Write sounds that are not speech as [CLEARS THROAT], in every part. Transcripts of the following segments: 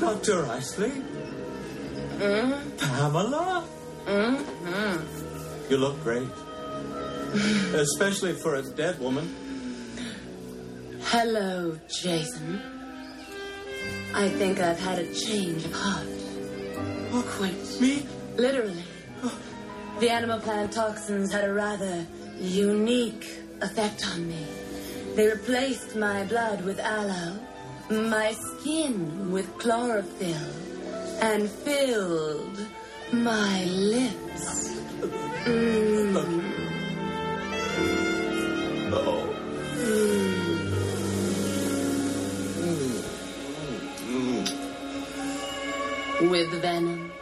Dr. Isley? Pamela? You look great. Especially for a dead woman. Hello, Jason. I think I've had a change of heart. Or quite. Me? Literally. The animal plant toxins had a rather unique effect on me. They replaced my blood with aloe, my skin with chlorophyll, and filled my lips. Oh. with venom.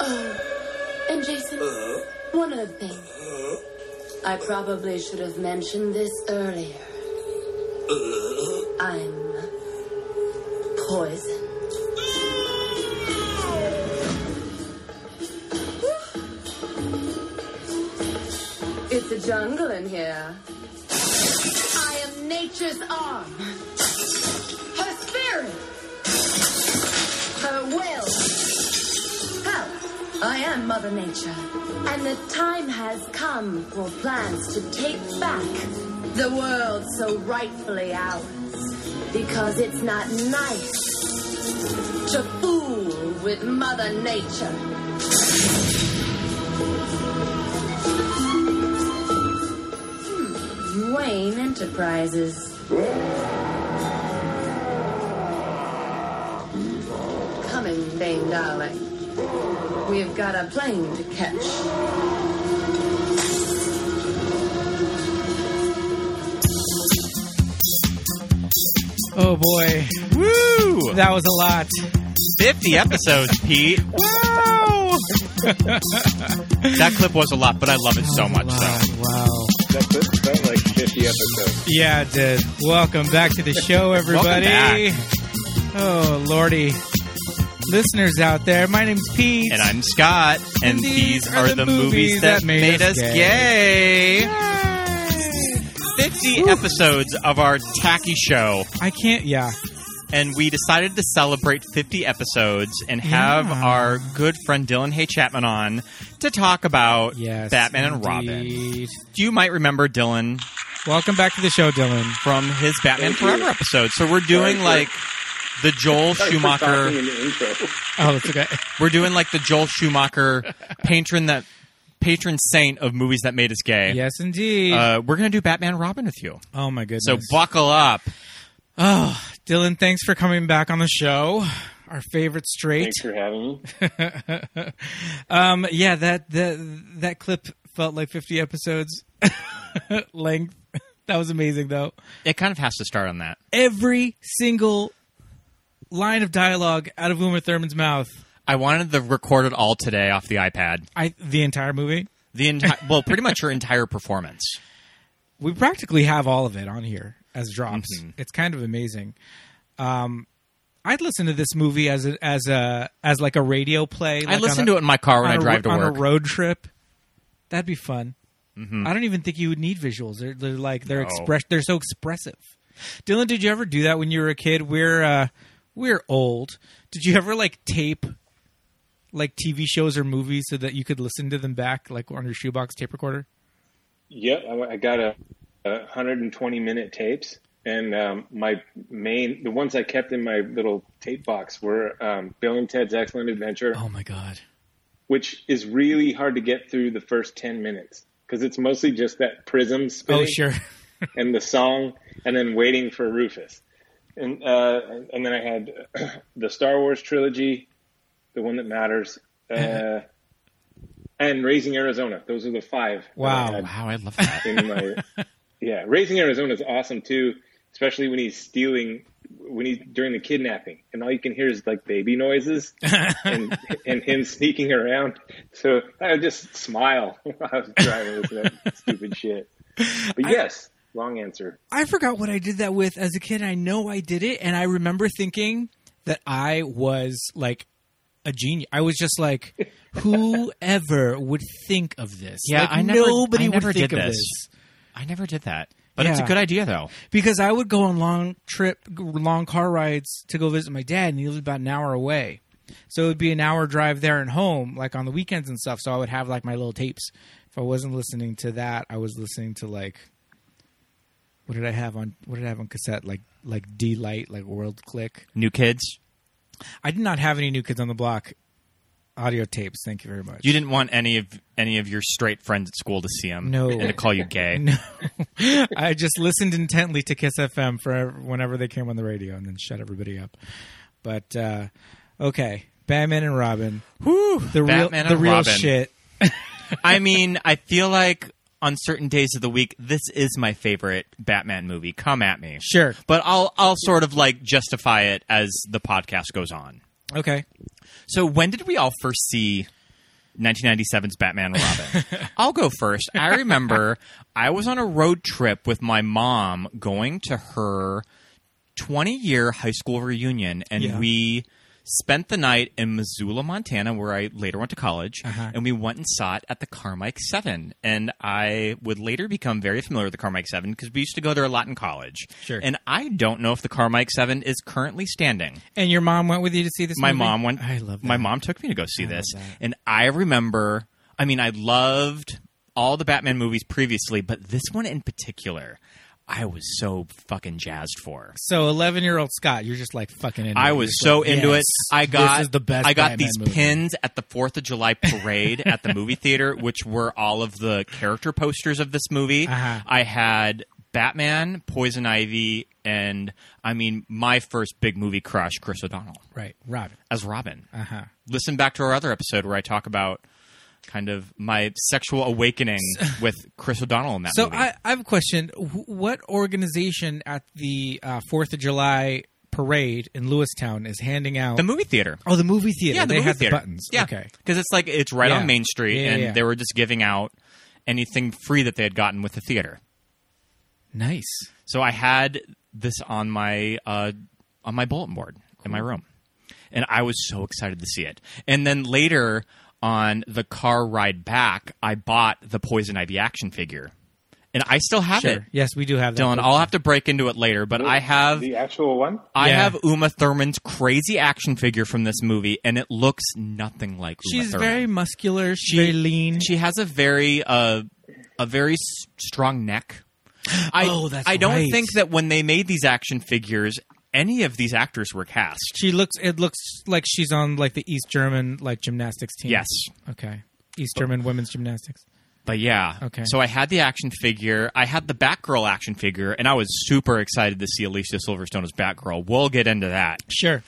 Oh, and Jason, one other thing. I probably should have mentioned this earlier. I'm poisoned. It's a jungle in here. I am nature's arm. Her spirit her will. How? I am Mother Nature, and the time has come for plants to take back the world so rightfully ours, because it's not nice to fool with Mother Nature. Hmm, Wayne Enterprises. Coming, Dame Darling. We've got a plane to catch. Oh boy, Woo! that was a lot. 50 episodes, Pete. Wow, That clip was a lot, but I love it so much, so. Wow. That that felt like 50 episodes. Yeah, it did. Welcome back to the [LAUGHS] show, everybody. back. Oh lordy, listeners out there, my name's Pete. And I'm Scott, and these are the movies that made us gay. Yay! 50 episodes of our tacky show, I can't. Yeah, and we decided to celebrate 50 episodes and have Yeah. our good friend Dylan Hay Chapman on to talk about yes. Batman and Robin. indeed. You might remember Dylan Welcome back to the show, Dylan. from his Batman Thank you. Forever episode. So we're doing Sorry like the Joel [LAUGHS] Sorry for talking Schumacher. in the intro. Oh, it's okay. We're doing like the Joel Schumacher patron that patron saint of movies that made us gay. yes, indeed. Uh, we're gonna do Batman Robin with you. oh my goodness. So buckle up. oh, Dylan, thanks for coming back on the show. Our favorite straight. Thanks for having me. [LAUGHS] Um, yeah, that that that clip felt like 50 episodes [LAUGHS] length. That was amazing, though. It kind of has to start on that. Every single line of dialogue out of Uma Thurman's mouth, I wanted to record it all today off the iPad. I the entire movie. The entire, [LAUGHS] well, pretty much her entire performance. We practically have all of it on here as drops. Mm-hmm. It's kind of amazing. Um, I'd listen to this movie as a, as a as like a radio play. I listen to it in my car when I drive to on work. Mm-hmm. a road trip. That'd be fun. I don't even think you would need visuals. They're, they're like they're No. express. They're so expressive. Dylan, did you ever do that when you were a kid? We're uh, we're old. Did you ever like tape like TV shows or movies so that you could listen to them back like on your shoebox tape recorder? Yep, I- I got a, a 120 minute tapes, and um, my main the ones I kept in my little tape box were um, Bill and Ted's Excellent Adventure, Oh my god! which is really hard to get through the first 10 minutes because it's mostly just that prism spinning Oh sure. and the song, and then waiting for Rufus, and uh, and then I had [CLEARS THROAT] the Star Wars trilogy, the one [LAUGHS] that matters. Uh, And raising Arizona; those are the five. that I Wow. had Wow, I love [LAUGHS] that. in my yeah raising arizona is awesome too especially when he's stealing when he's during the kidnapping and all you can hear is like baby noises and and him sneaking around so i would just smile [LAUGHS] while i was driving with that stupid shit but yes long answer I forgot what I did that with as a kid. I know I did it, and I remember thinking that I was like a genius. I was just [LAUGHS] like, whoever would think of this? Yeah, Like, I never- nobody I would never think did of this. this. I never did that. But it's a Yeah. good idea, though. because I would go on long trip, long car rides to go visit my dad, and he lived about an hour away. So it would be an hour drive there and home, like on the weekends and stuff. So I would have like my little tapes. If I wasn't listening to that, I was listening to like what did I have on what did I have on cassette? Like like D Light, like World Click. New kids. I did not have any new kids on the block audio tapes. Thank you very much. You didn't want any of any of your straight friends at school to see them. No. and to call you gay. No, [LAUGHS] I just listened intently to Kiss FM for whenever they came on the radio, and then shut everybody up. But uh, okay, Batman and Robin, Whew, the real, Batman the and real Robin. shit. I mean, I feel like on certain days of the week, this is my favorite Batman movie. Come at me, Sure. but I'll I'll sort of like justify it as the podcast goes on. Okay, So when did we all first see 1997's Batman and [LAUGHS] Robin? I'll go first. I remember I was on a road trip with my mom going to her 20 year high school reunion, and Yeah. we spent the night in Missoula, Montana, where I later went to college, Uh-huh. and we went and saw it at the Carmike Seven. And I would later become very familiar with the Carmike Seven because we used to go there a lot in college. Sure. And I don't know if the Carmike Seven is currently standing and your mom went with you to see this. my movie? mom went I love that. my mom took me to go see this and i remember i mean i loved all the batman movies previously but this one in particular i was so fucking jazzed for So eleven year old Scott, you're just like fucking. Into I it. was You're so like, into yes, it. I got this is the best. I got Batman these movie. pins at the Fourth of [LAUGHS] July parade at the movie theater, which were all of the character posters of this movie. Uh-huh. I had Batman, Poison Ivy, and I mean my first big movie crush, Chris O'Donnell Right, Robin. as Robin. Uh huh. listen back to our other episode where I talk about kind of my sexual [LAUGHS] awakening with Chris O'Donnell in that So movie. I, I have a question. Wh- What organization at the uh, Fourth of July parade in Lewistown is handing out the movie theater. Oh, the movie theater. Yeah, they the movie had theater. the buttons. Yeah, Okay. because it's like it's right Yeah. on Main Street, Yeah, yeah, and yeah. they were just giving out anything free that they had gotten with the theater. Nice. So I had this on my uh, on my bulletin board in my room, and I was so excited to see it. And then later on the car ride back, I bought the Poison Ivy action figure, and I still have it. Sure. Yes, we do have that. Dylan, I'll have to break into it later, but I have the actual one. I Yeah. have Uma Thurman's crazy action figure from this movie, and it looks nothing like Uma She's Thurman. very muscular. She's very lean. She has a very uh, a very s- strong neck. I, [GASPS] Oh, that's I don't right. think that when they made these action figures, any of these actors were cast. she looks. It looks like she's on like the East German like gymnastics team. Yes, Okay. East German women's gymnastics. but yeah. Okay. So I had the action figure. I had the Batgirl action figure, and I was super excited to see Alicia Silverstone as Batgirl. We'll get into that. Sure.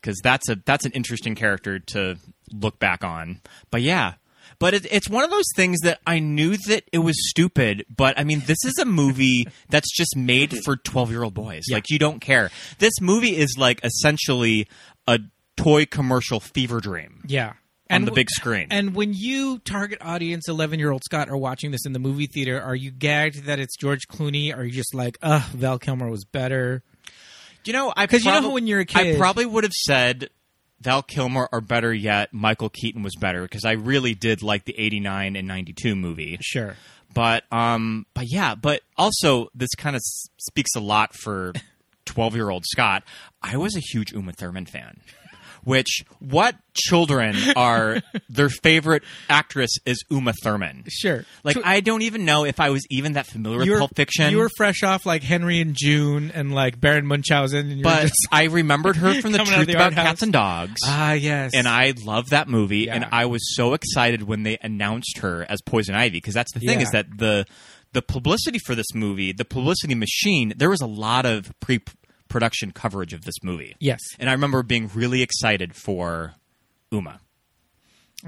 because that's a that's an interesting character to look back on. But yeah, but it, it's one of those things that I knew that it was stupid. But I mean, this is a movie [LAUGHS] that's just made for twelve year old boys. Like you don't care. This movie is like essentially a toy commercial fever dream Yeah. on the w- big screen. And when you target audience, eleven-year-old Scott, are watching this in the movie theater, are you gagged that it's George Clooney? Are you just like, ugh, Val Kilmer was better? you know, I 'Cause you know prob- how when you're a I kid- probably would have said. Val Kilmer, or better yet, Michael Keaton was better because I really did like the '89 and '92 movie. Sure. but um but yeah but also this kind of s- speaks a lot [LAUGHS] for 12 year old scott i was a huge uma thurman fan which what children [LAUGHS] are their favorite actress is uma thurman Sure. like i don't even know if i was even that familiar with You were- pulp fiction You were fresh off like Henry and June and like Baron Munchausen. And you were but just- [LAUGHS] i remembered her from the Coming out of truth the about art house. cats and dogs ah, yes. and I love that movie, Yeah. and I was so excited when they announced her as Poison Ivy because that's the thing Yeah. is that the the publicity for this movie, the publicity machine, there was a lot of pre production coverage of this movie. yes. and I remember being really excited for Uma,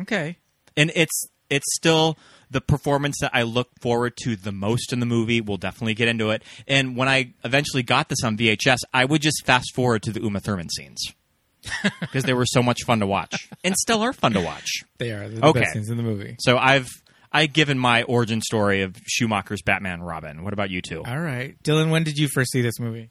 Okay. and it's it's still the performance that I look forward to the most in the movie. We'll definitely get into it. And when I eventually got this on VHS, I would just fast forward to the Uma Thurman [LAUGHS] scenes. because they were so much fun to watch and still are fun to watch. They are the Okay. best scenes in the movie. So I've I given my origin story of Schumacher's Batman and Robin. What about you two? All right, Dylan. When did you first see this movie?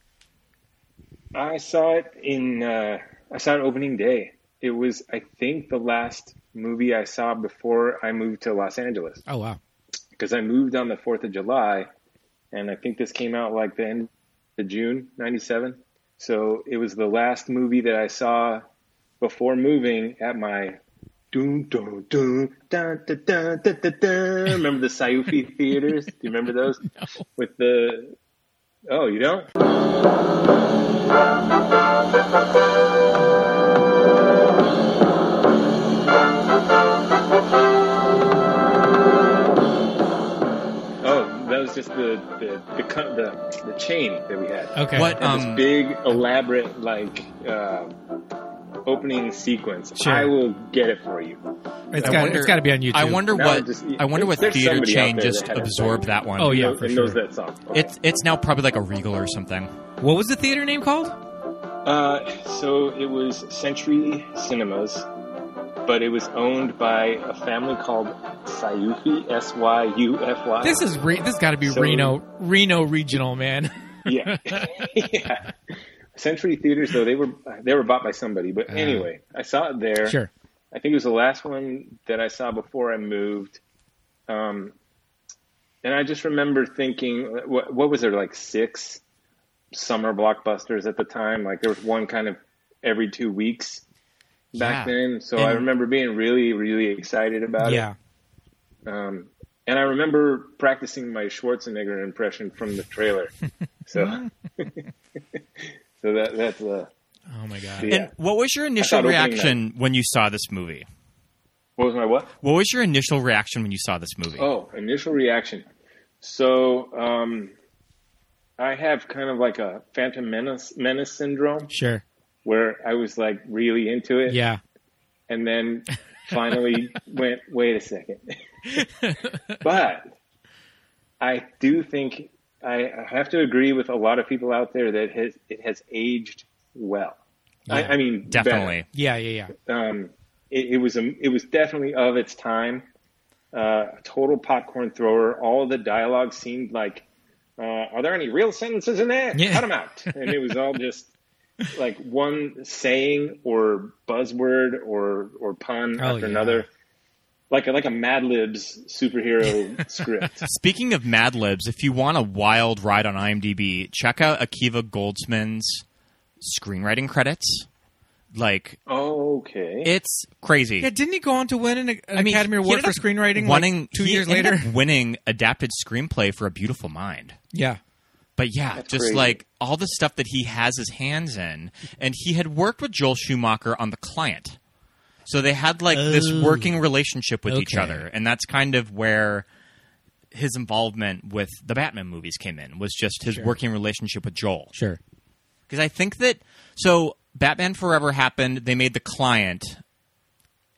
I saw it in uh, I saw it opening day. It was I think the last movie I saw before I moved to Los Angeles Oh wow. because I moved on the Fourth of July, and I think this came out like the end of June '97. So it was the last movie that I saw before moving at my. Dun, dun, dun, dun, dun, dun, dun, dun, dun. Remember the Sayufi theaters? Do you remember those? With the oh, you don't? Oh, that was just the the the, co- the, the chain that we had. Okay. What? Had Um, this big elaborate like uh, opening sequence. Sure. I will get it for you. It's I got wonder- it's got to be on YouTube. I wonder Now what just- I wonder what there's theater somebody out chain there that just had it. absorbed that one. Oh, yeah. knows, for and sure. knows that song. It's it's now probably like a Regal or something. what was the theater name called? Uh, so it was Century Cinemas, but it was owned by a family called Sayufi, S Y U F Y. This is re- this got to be So- Reno Reno Regional, man. [LAUGHS] yeah, [LAUGHS] yeah. Century Theaters, though they were they were bought by somebody. But anyway, I saw it there. Uh, sure. I think it was the last one that I saw before I moved. Um, and I just remember thinking, what, what was there like six summer blockbusters at the time? Like there was one kind of every two weeks back Yeah. then. So I And- remember being really, really excited about Yeah. it. Um, and I remember practicing my Schwarzenegger impression from the trailer. [LAUGHS] so, [LAUGHS] so that that's uh, Oh my god. yeah. And what was your initial opening reaction when you saw this movie? what was my what? What was your initial reaction when you saw this movie? Oh, initial reaction. So, um, I have kind of like a phantom menace, menace syndrome Sure. where I was like really into it Yeah. and then finally went, wait a second. but I do think I I have to agree with a lot of people out there that has, it has aged well. I, I mean, better. Definitely. Yeah. Yeah. Yeah. Um, it, it was a, it was definitely of its time. Uh, a total popcorn thrower. All the dialogue seemed like, uh, are there any real sentences in there? Yeah. Cut them out. And it was all just like one saying or buzzword or or pun Oh, after yeah. another. Like a, like a Mad Libs [LAUGHS] superhero script. Speaking of Mad Libs, if you want a wild ride on IMDb, check out Akiva Goldsman's screenwriting credits. Like Okay. it's crazy. Yeah. Didn't he go on to win an, an mean, Academy he Award ended for up screenwriting? like, winning two he years ended later. up winning adapted screenplay for A Beautiful Mind. [LAUGHS] Yeah. But yeah, That's just crazy. like all the stuff that he has his hands in, and he had worked with Joel Schumacher on The Client, so they had like this Oh. working relationship with each Okay. other, and that's kind of where his involvement with the Batman movies came in was just his working relationship with Joel. Sure. Because I think that so Batman Forever happened, they made The Client,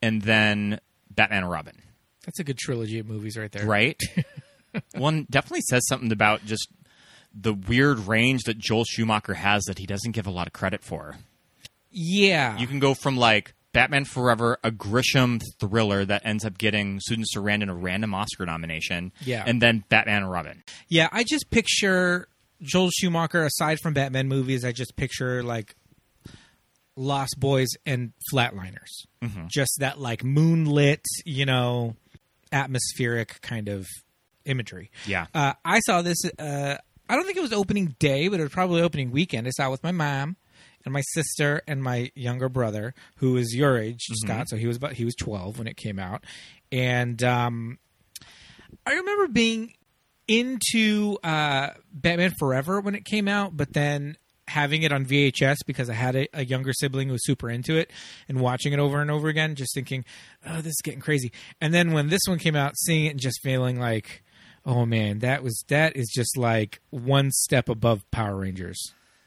and then Batman and Robin, That's a good trilogy of movies right there. [LAUGHS] right? One definitely says something about just the weird range that Joel Schumacher has that he doesn't give a lot of credit for. Yeah. You can go from like Batman Forever, a Grisham thriller that ends up getting Susan Sarandon a random Oscar nomination, Yeah. and then Batman and Robin. Yeah, I just picture Joel Schumacher. Aside from Batman movies, I just picture like Lost Boys and Flatliners. Just that like moonlit, you know, atmospheric kind of imagery. Yeah. uh, I saw this. Uh, I don't think it was opening day, but it was probably opening weekend. I saw it with my mom and my sister and my younger brother, who is your age, Scott. So he was about he was twelve when it came out, and um, I remember being into uh, Batman Forever when it came out, but then having it on VHS because I had a, a younger sibling who was super into it and watching it over and over again, just thinking, "Oh, this is getting crazy." And then when this one came out, seeing it and just feeling like, "Oh man, that was that is just like one step above Power Rangers." [LAUGHS]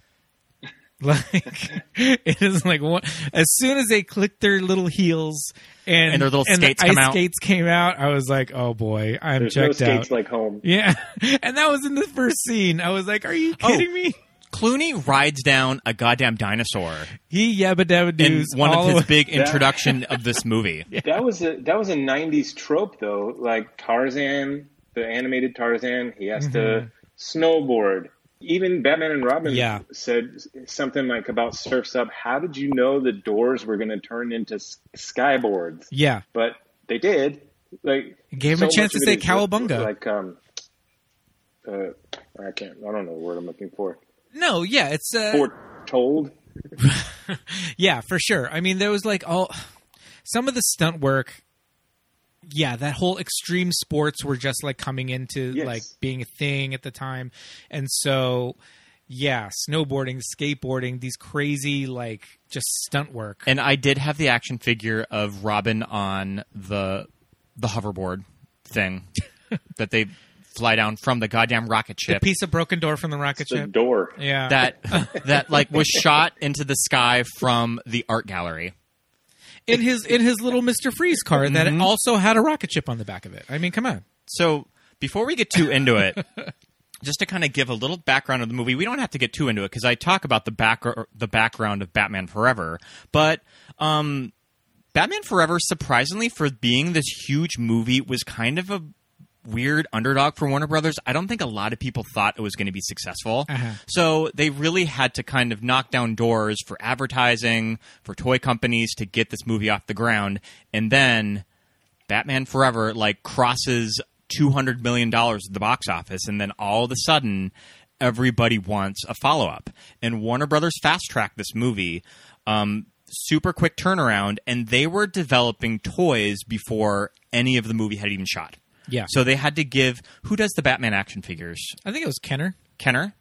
Like [LAUGHS] it is like one, as soon as they clicked their little heels and, And their little the skates come ice out. skates came out, I was like, "Oh boy, I'm There's no checked out." skates like home. Yeah, [LAUGHS] and that was in the first scene. I was like, "Are you kidding me?" Clooney rides down a goddamn dinosaur He yabba dabba in doos one all of his the way- [LAUGHS] big introduction of this movie. That was a that was a '90s trope though, like Tarzan, the animated Tarzan. He has to snowboard. Even Batman and Robin Mm-hmm. Yeah. said s- something like about Surfs Up. How did you know the doors were going to turn into s- skyboards? Yeah, But they did. Like Gave him a so chance much to of it say is cowabunga. Like um, uh, I can't. I don't know the word I'm looking for. No, yeah, it's uh, Foretold. yeah, for sure. I mean, there was like all some of the stunt work. Yeah, that whole extreme sports were just like coming into Yes. like being a thing at the time, and so yeah, snowboarding, skateboarding, these crazy like just stunt work. And I did have the action figure of Robin on the the hoverboard thing that they fly down from the goddamn rocket the ship. piece of broken door from the rocket It's a ship. door. Yeah, that [LAUGHS] that like was shot into the sky from the art gallery. in his in his little Mister Freeze car that Mhm. also had a rocket ship on the back of it. I mean, come on. So before we get too into it, [LAUGHS] just to kind of give a little background of the movie, we don't have to get too into it because I talk about the back the background of Batman Forever, but um, Batman Forever, surprisingly for being this huge movie, was kind of a weird underdog for Warner Brothers. I don't think a lot of people thought it was going to be successful. Uh-huh. So they really had to kind of knock down doors for advertising, for toy companies to get this movie off the ground. And then Batman Forever like crosses two hundred million dollars at the box office, and then all of a sudden, everybody wants a follow up. And Warner Brothers fast tracked this movie, um, super quick turnaround, and they were developing toys before any of the movie had even shot. Yeah. So they had to give who does the Batman action figures? I think it was Kenner. Kenner.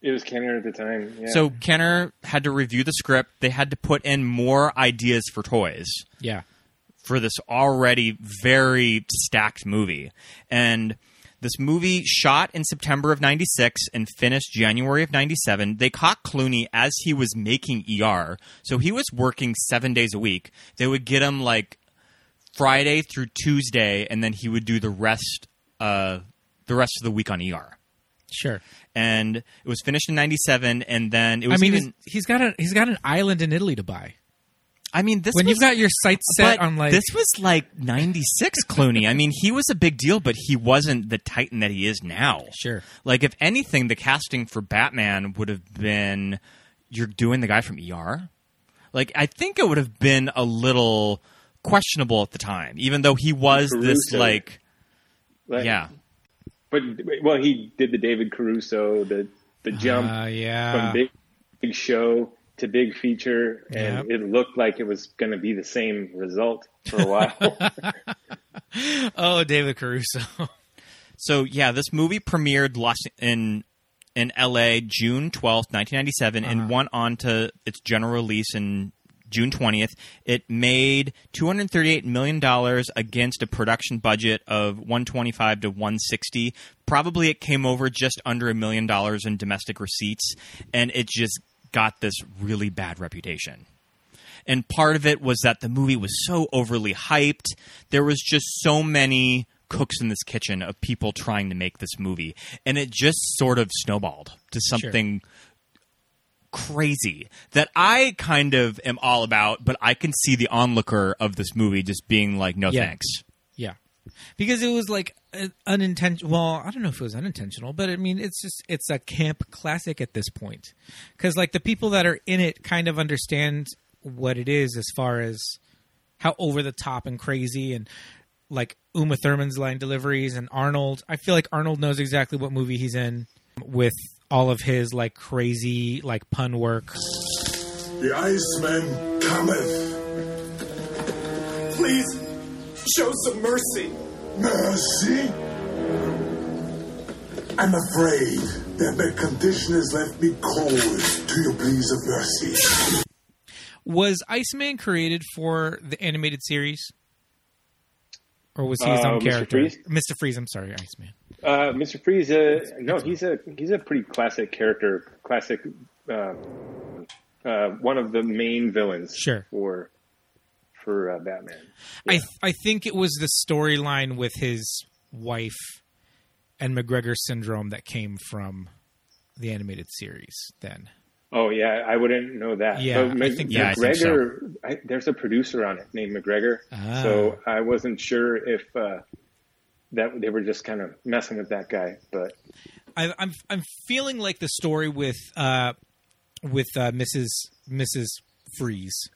It was Kenner at the time. Yeah. So Kenner had to review the script. They had to put in more ideas for toys. Yeah. for this already very stacked movie. And this movie shot in September of 96 and finished January of 97. They caught Clooney as he was making ER. So he was working seven days a week. They would get him like Friday through Tuesday, and then he would do the rest, uh, the rest of the week on ER. Sure. And it was finished in 97. And then it I was mean, even, he's, he's got a he's got an island in Italy to buy. I mean, this when was you've got your sights set but on like uh, this was like 96 clooney i mean he was a big deal but he wasn't the titan that he is now Sure. like if anything the casting for batman would have been you're doing the guy from er like i think it would have been a little questionable at the time even though he was this Caruso. like Like- yeah But well, he did the David Caruso, the the jump uh, yeah from big big show to big feature, and Yep. it looked like it was going to be the same result for a [LAUGHS] while. oh david caruso So yeah, this movie premiered Los in in L.A. June twelfth, nineteen ninety seven, and went on to its general release in June twentieth. It made two hundred thirty eight million dollars against a production budget of one twenty five to one sixty. Probably it came over just under a million dollars in domestic receipts, and it just got this really bad reputation. And part of it was that the movie was so overly hyped. There was just so many cooks in this kitchen of people trying to make this movie. And it just sort of snowballed to something crazy that I kind of am all about, but I can see the onlooker of this movie just being like, no Yeah. thanks. yeah because it was like unintentional well i don't know if it was unintentional but i mean it's just it's a camp classic at this point because like the people that are in it kind of understand what it is as far as how over the top and crazy and like Uma Thurman's line deliveries and Arnold. I feel like Arnold knows exactly what movie he's in with all of his like crazy like pun work. The Iceman cometh. Please, show some mercy. Mercy? I'm afraid that my condition has left me cold to your pleas of mercy. Was Iceman created for the animated series? Or was he his Uh, own Mr. character? Freeze? Mr. Freeze, I'm sorry, Iceman. uh, Mr. Freeze, uh, no, he's a he's a pretty classic character, classic uh, uh, one of the main villains Sure. for for uh, Batman. I I think it was the storyline with his wife and McGregor syndrome that came from the animated series then. Oh yeah, I wouldn't know that. Yeah, But I think- yeah, I think so. McGregor. I- there's a producer on it named McGregor, Ah. so I wasn't sure if uh, that they were just kind of messing with that guy. But [LAUGHS] I, I'm I'm feeling like the story with uh, with uh, Mrs. Mrs. Freeze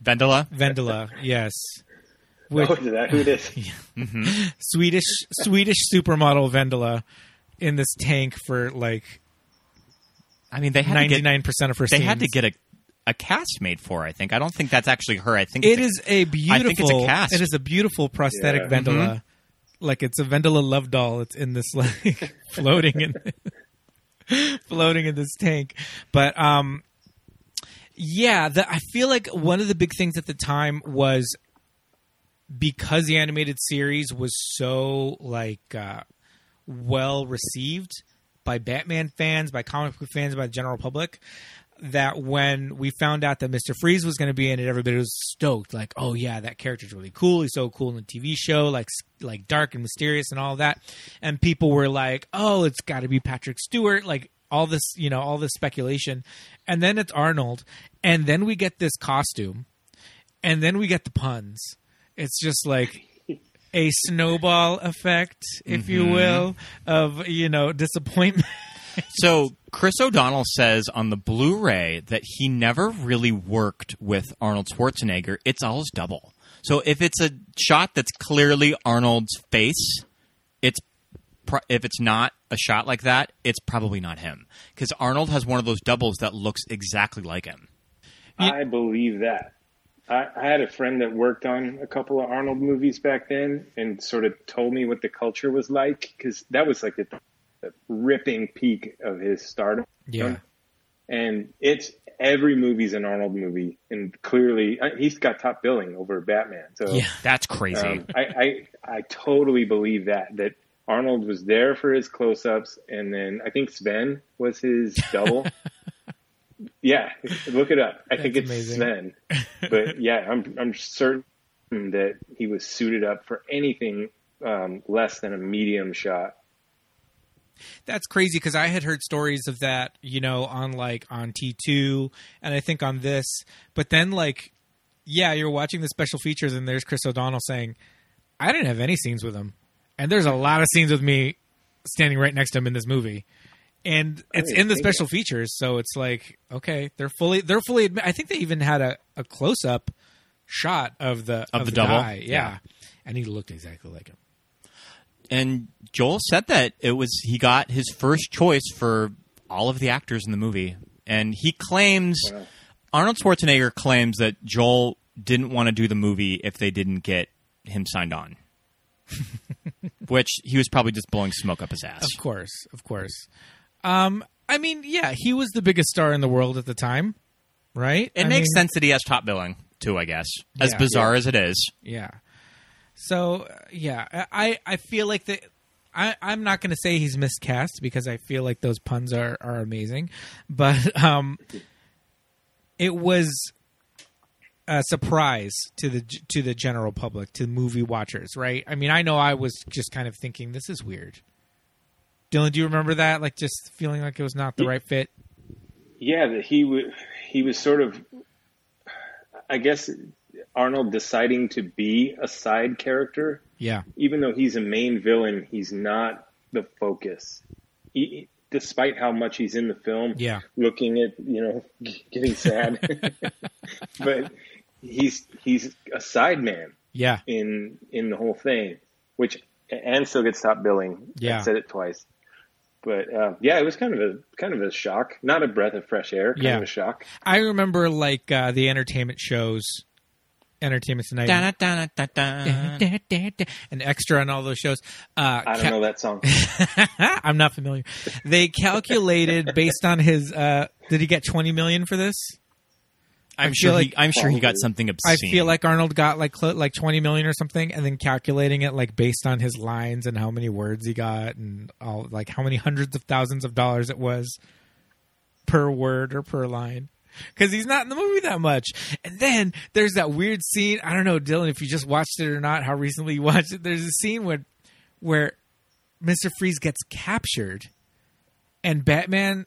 Vendela? [LAUGHS] Vendela, yes, with oh, is that who it is? Swedish Swedish supermodel Vendela in this tank for like I mean, they had to ninety get nine percent of her. they scenes. had to get a a cast made for. her, I think I don't think that's actually her. I think It it's is a I think it's a beautiful. cast. Mm-hmm. It is a beautiful prosthetic Yeah. Vendela. Like it's a Vendela love doll. It's in this like floating in floating in this tank. But um, yeah, the, I feel like one of the big things at the time was because the animated series was so like uh, well received by Batman fans, by comic book fans, by the general public. That when we found out that Mister Freeze was going to be in it, everybody was stoked. Like, oh yeah, that character's really cool. He's so cool in the TV show, like like dark and mysterious and all that. And people were like, oh, it's got to be Patrick Stewart. Like all this, you know, all this speculation. And then it's Arnold, and then we get this costume, and then we get the puns. It's just like a snowball effect, if you will, of you know disappointment. So Chris O'Donnell says on the Blu-ray that he never really worked with Arnold Schwarzenegger. It's all his double. So if it's a shot that's clearly Arnold's face, it's pro- if it's not a shot like that, it's probably not him because Arnold has one of those doubles that looks exactly like him. I believe that. I, I had a friend that worked on a couple of Arnold movies back then and sort of told me what the culture was like because that was like the, the ripping peak of his stardom. And it's every movie's an Arnold movie. And clearly, I- he's got top billing over Batman. So Yeah. That's crazy. um, I, I, I totally believe that, that Arnold was there for his close ups. And then I think Sven was his double. [LAUGHS] yeah. Look it up. I think That's it's amazing. Sven. But yeah, I'm, I'm certain that he was suited up for anything um, less than a medium shot. that's crazy because I had heard stories of that, you know, on like on T two, and I think on this. But then, like, yeah, you're watching the special features, and there's Chris O'Donnell saying, "I didn't have any scenes with him," and there's a lot of scenes with me standing right next to him in this movie, and it's didn't in the think of special features, so it's like, okay, they're fully, they're fully. admi- I think they even had a, a close up shot of the Of the double? guy. Yeah. yeah, and he looked exactly like him. and Joel said that it was he got his first choice for all of the actors in the movie, and he claims Arnold Schwarzenegger claims that Joel didn't want to do the movie if they didn't get him signed on, [LAUGHS] which he was probably just blowing smoke up his ass. Of course, of course. Um, I mean, yeah, he was the biggest star in the world at the time, right? It I makes mean, sense that he has top billing too, I guess. As Yeah. bizarre as it is, Yeah. So uh, yeah, I I feel like the. I, I'm not going to say he's miscast because I feel like those puns are, are amazing, but um, it was a surprise to the to the general public, to movie watchers, right? I mean, I know I was just kind of thinking this is weird. Dylan, do you remember that? Like just feeling like it was not the right fit. Yeah, that he w- he was sort of, I guess, Arnold deciding to be a side character, Yeah. even though he's a main villain, he's not the focus. He, despite how much he's in the film, Yeah. looking at you know [LAUGHS] g- getting sad, but he's he's a side man Yeah. in in the whole thing, which and still gets top billing. Yeah. I said it twice. But uh, yeah, it was kind of a kind of a shock, not a breath of fresh air, kind Yeah. of a shock. I remember like uh, the entertainment shows, Entertainment Tonight, Da-da-da-da-da. and Extra, and all those shows. Uh, I don't ca- know that song. [LAUGHS] I'm not familiar. They calculated based on his. Uh, did he get 20 million for this? I'm I sure. feel he, like- I'm sure he got Probably. something I obscene. feel like Arnold got like cl- like 20 million or something, and then calculating it like based on his lines and how many words he got, and all like how many hundreds of thousands of dollars it was per word or per line. Because he's not in the movie that much. And then there's that weird scene. I don't know, Dylan, if you just watched it or not, how recently you [LAUGHS] watched it. There's a scene where where Mr. Freeze gets captured and Batman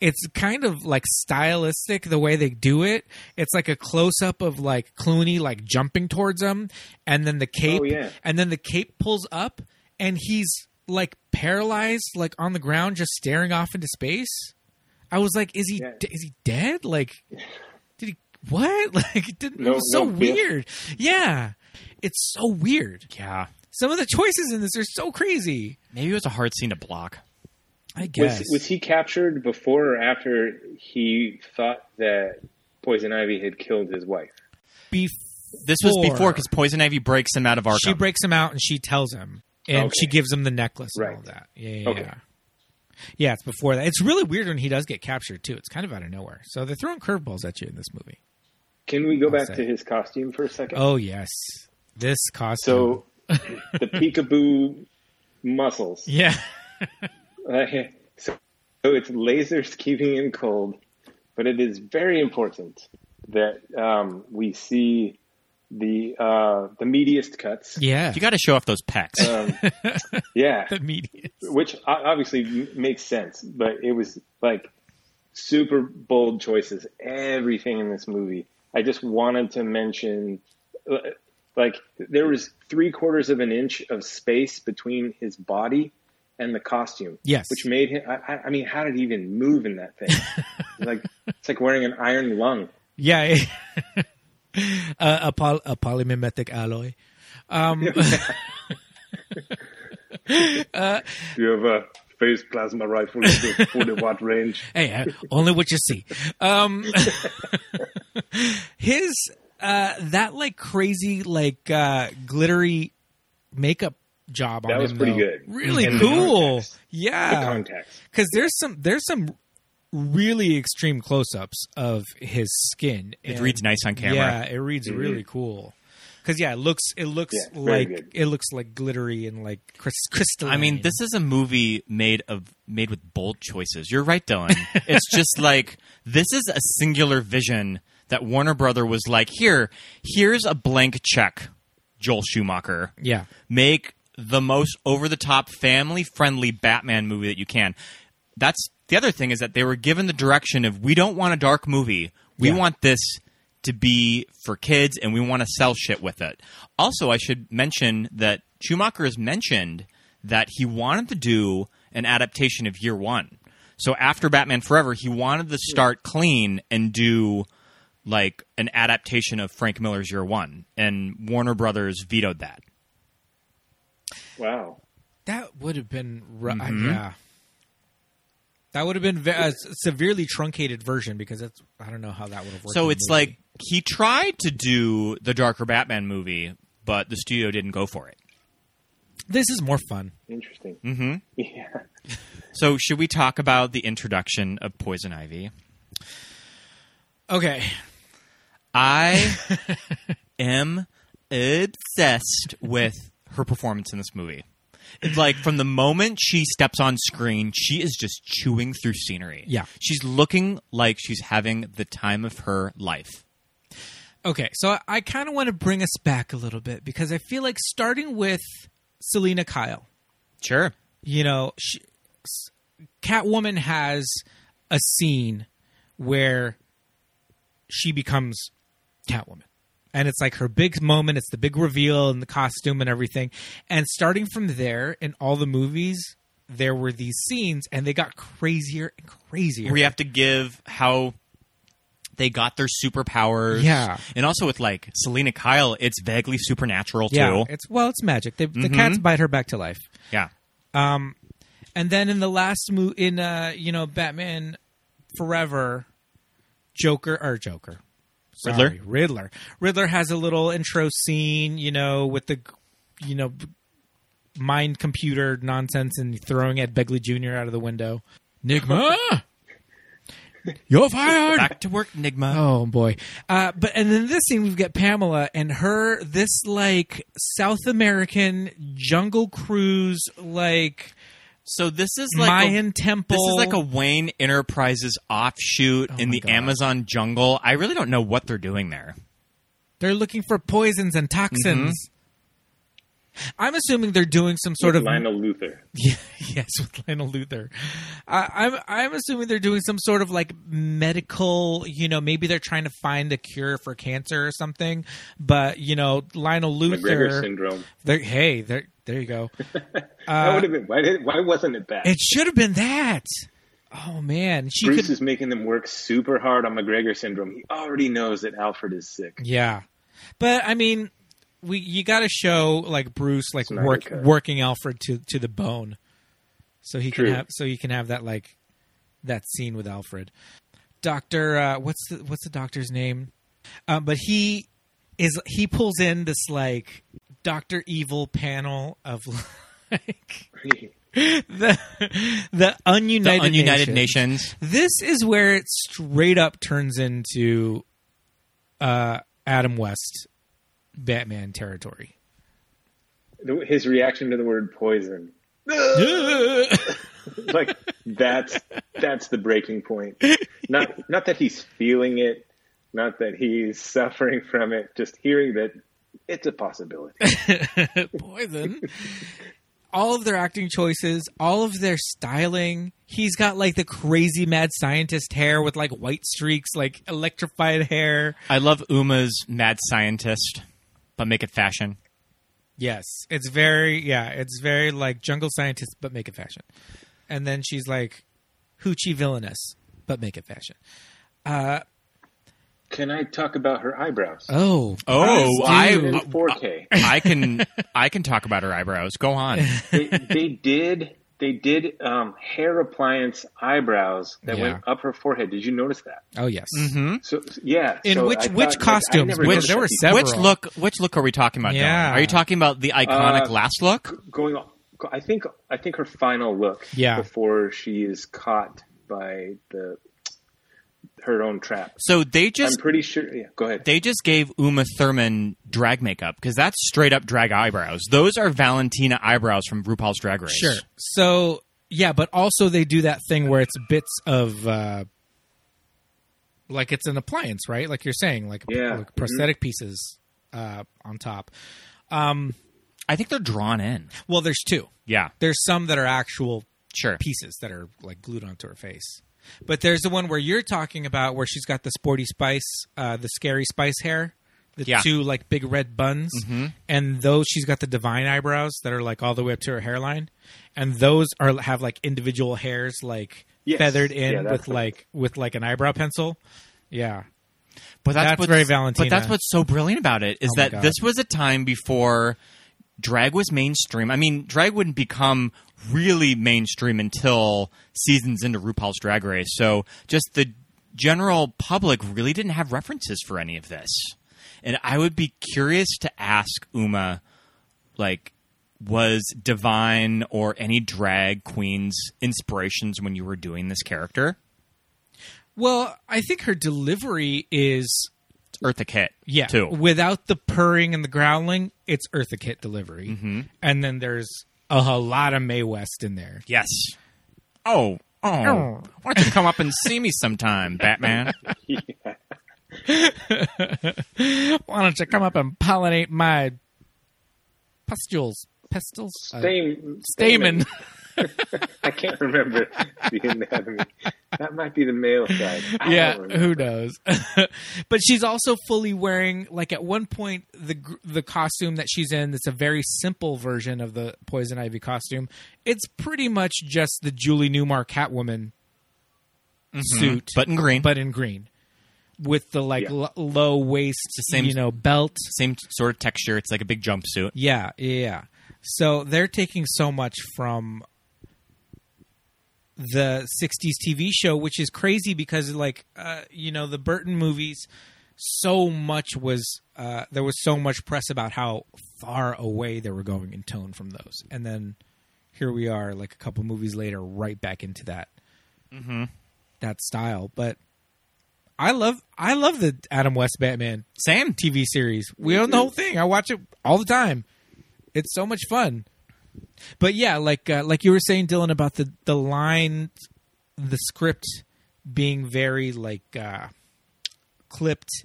it's kind of like stylistic the way they do it. It's like a close up of like Clooney like jumping towards him and then the cape Oh, yeah. and then the cape pulls up and he's like paralyzed like on the ground just staring off into space. I was like is he Yeah. is he dead? Like did he what? [LAUGHS] Like it didn't No- it was so no, Biff. weird. Yeah. It's so weird. yeah. Some of the choices in this are so crazy. Maybe it was a hard scene to block. I Was guess. was he captured before or after he thought that Poison Ivy had killed his wife? Bef- This was Four. before because Poison Ivy breaks him out of Arkham. she breaks him out and she tells him, and Okay. she gives him the necklace and Right. all that. Yeah, yeah, Okay. yeah. Yeah, it's before that. It's really weird when he does get captured too. It's kind of out of nowhere. So they're throwing curveballs at you in this movie. Can we go I'll back say. to his costume for a second? Oh yes, this costume. So [LAUGHS] the peekaboo muscles. yeah, [LAUGHS] Uh, [LAUGHS] so, so it's lasers keeping him cold, but it is very important that um, we see the uh, the meatiest cuts. yeah. [LAUGHS] you got to show off those pecs. Um, yeah, the media. which o- obviously m- makes sense, but it was like super bold choices. Everything in this movie. I just wanted to mention, uh, like, there was three quarters of an inch of space between his body and the costume. Yes. which made him. I, I- I mean, how did he even move in that [LAUGHS] thing? like, it's like wearing an iron lung. Yeah. [LAUGHS] uh, a, poly- a polymimetic alloy. Um, [LAUGHS] [LAUGHS] uh, You have a phase plasma rifle with forty watt range. [LAUGHS] Hey, uh, only what you see. Um, [LAUGHS] his uh, that like crazy like uh, glittery makeup job on That was him, pretty though. good. Really And the cool. contacts. The Yeah. contacts. Cuz there's some there's some really extreme close-ups of his skin. it and- reads nice on camera. Yeah, it reads really cool. Cuz yeah, it looks it looks Mm-hmm. Yeah, very like good. it looks like glittery and like crys- crystalline. I mean, this is a movie made of made with bold choices. You're right, Dylan. it's just like this is a singular vision that Warner Brother was like, here, here's a blank check, Joel Schumacher. Yeah. Make the most over the top family friendly Batman movie that you can. That's the other thing is that they were given the direction of we don't want a dark movie. We Yeah. want this to be for kids and we want to sell shit with it. Also, I should mention that Schumacher has mentioned that he wanted to do an adaptation of Year 1. So after Batman Forever, he wanted to start clean and do like an adaptation of Frank Miller's Year 1 and Warner Brothers vetoed that. Wow. That would have been ru- Mm-hmm. I- yeah. That would have been ve- a s- severely truncated version because that's I don't know how that would have worked. in So the it's movie. like he tried to do the darker Batman movie, but the studio didn't go for it. this is more fun. Interesting. Mm-hmm. [LAUGHS] Yeah. So should we talk about the introduction of Poison Ivy? Okay, I [LAUGHS] am obsessed with her performance in this movie. It's like from the moment she steps on screen, she is just chewing through scenery. Yeah. She's looking like she's having the time of her life. okay. So I, I kind of want to bring us back a little bit because I feel like starting with Selena Kyle. Sure. you know, she, s- Catwoman has a scene where she becomes Catwoman. And it's like her big moment. It's the big reveal and the costume and everything. And starting from there, in all the movies, there were these scenes, and they got crazier and crazier. We have to give how they got their superpowers. Yeah. And also with like Selena Kyle, it's vaguely supernatural yeah, too. it's well, it's magic. They, The cats bite her back to life. Yeah. And then in the last mo in uh, you know, Batman Forever, Joker or Joker. Sorry, Riddler? Riddler. Riddler has a little intro scene, you know, with the you know mind computer nonsense and throwing Ed Begley Jr. out of the window. Nigma [LAUGHS] You're fired. Back to work, Nigma. Oh boy. Uh, but and then this scene we've got Pamela and her this like South American jungle cruise like So this is like Mayan a, temple. This is like a Wayne Enterprises offshoot in Oh my the God. Amazon jungle. I really don't know what they're doing there. They're looking for poisons and toxins. Mm-hmm. I'm assuming they're doing some sort of Lionel Luther. [LAUGHS] yes with Lionel Luther. I I'm I'm assuming they're doing some sort of like medical. You know, maybe they're trying to find a cure for cancer or something. But you know, Lionel McGregor Luther. syndrome. They're, hey, there there you go. that would have been. Why, did, why wasn't it that? uh, It should have been that. Oh man, she Bruce could. is making them work super hard on McGregor syndrome. He already knows that Alfred is sick. Yeah. But I mean, we you got to show like Bruce like Snyder work cut. working Alfred to to the bone, so he True. can have so you can have that like that scene with Alfred. Doctor, uh, what's the what's the doctor's name? Um, but he is he pulls in this like Doctor Evil panel of [LAUGHS] like the the The ununited Ununited Nations. Nations. This is where it straight up turns into uh, Adam West Batman territory. [LAUGHS] The- His reaction to the word poison. [LAUGHS] like that's that's the breaking point. Not not that he's feeling it, not that he's suffering from it, just hearing that it's a possibility. Poison. all of their acting choices, all of their styling. He's got like the crazy mad scientist hair with like white streaks, like electrified hair. I love Uma's mad scientist, but make it fashion. Yes, it's very yeah, it's very like jungle scientist, but make it fashion. And then she's like hoochie villainess, but make it fashion. Can I talk about her eyebrows? Oh, Oh, in I 4K. [LAUGHS] I can I can talk about her eyebrows. Go on. they, they did they did um, hair appliance eyebrows that Yeah. went up her forehead. Did you notice that? oh yes. So yeah. In so which- I which thought, like, I costumes? never Because noticed there were that. several. Which look? Which look are we talking about? Dylan? Yeah. Are you talking about the iconic Uh, last look? going I think I think her final look Yeah. before she is caught by the her own trap. So they I'm just pretty sure yeah, go ahead. they just gave Uma Thurman drag makeup because that's straight up drag eyebrows. Those are Valentina eyebrows from RuPaul's Drag Race. Sure. So yeah, but also they do that thing where it's bits of uh like it's an appliance, right? Like you're saying, like, Yeah. like prosthetic pieces uh on top. I think they're drawn in. Well, there's two. Yeah. There's some that are actual Sure. pieces that are like glued onto her face. But there's the one where you're talking about where she's got the sporty spice, uh, the scary spice hair, the Yeah. two like big red buns, and those she's got the divine eyebrows that are like all the way up to her hairline, and those are have like individual hairs like Yes. feathered in Yeah, that's with what- like with like an eyebrow pencil. Yeah, But that's, That's what's, very Valentina. Oh But that's what's so brilliant about it is my that God. this was a time before drag was mainstream. I mean, drag wouldn't become really mainstream until seasons into RuPaul's Drag Race. So just the general public really didn't have references for any of this. And I would be curious to ask Uma, like, was Divine or any drag queen's inspirations when you were doing this character? Well, I think her delivery is It's Eartha Kitt, yeah, too. without the purring and the growling, it's Eartha Kitt delivery, and then there's a, whole lot of May West in there. [GASPS] Yes. Oh, oh. Why don't you come up and see me sometime, Batman? Why don't you come up and pollinate my pustules? Pestles? Uh, Stamen. stamen. I can't [LAUGHS] remember the anatomy. That might be the male side. [LAUGHS] I yeah, don't remember. who knows? [LAUGHS] but she's also fully wearing, like, at one point, the gr- the costume that she's in. That's a very simple version of the poison ivy costume. It's pretty much just the Julie Newmar Catwoman suit, [LAUGHS] Button green. but in green, with the like Yeah. l- low waist, same- you know, belt. Same sort of texture. It's like a big jumpsuit. Yeah, yeah, yeah. So they're taking so much from the 60s TV show, which is crazy because, like, uh, you know, the Burton movies, so much was, uh, there was so much press about how far away they were going in tone from those. And then here we are, like, a couple movies later, right back into that. That style, but I love I love the Adam West Batman Same. TV series. We own the whole thing. I watch it all the time. It's so much fun. But yeah, like uh, like you were saying, Dylan, about the the line, the script being very like uh, clipped.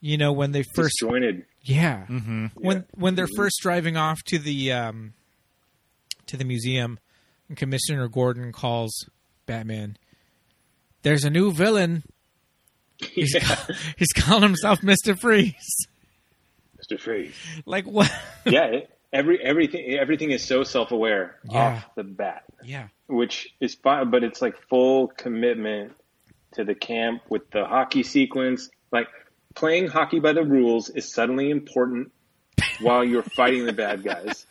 You know, when they first, disjointed. yeah, mm-hmm. when Yeah. when they're first driving off to the um, to the museum, and Commissioner Gordon calls Batman. There's a new villain. [LAUGHS] He's, ca- he's calling himself Mister Freeze Mr. Freeze. like what Yeah, it, every everything everything is so self aware Yeah. off the bat. yeah which is fine, but it's like full commitment to the camp with the hockey sequence. Like playing hockey by the rules is suddenly important while you're fighting the bad guys,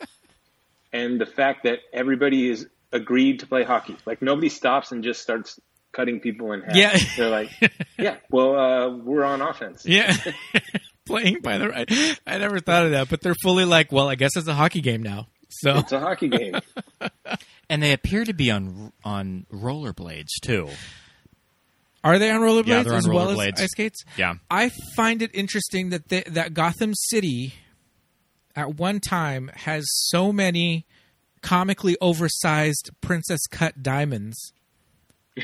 [LAUGHS] and the fact that everybody is agreed to play hockey. Like nobody stops and just starts cutting people in half. Yeah. [LAUGHS] they're like, yeah, well, uh, we're on offense. Yeah. [LAUGHS] Playing by the right. I never thought of that, but they're fully like, well, I guess it's a hockey game now. So It's a hockey game. and they appear to be on on rollerblades too. are they on rollerblades Yeah, they're on as well rollerblades. as ice skates? Yeah. I find it interesting that the, that Gotham City at one time has so many comically oversized princess cut diamonds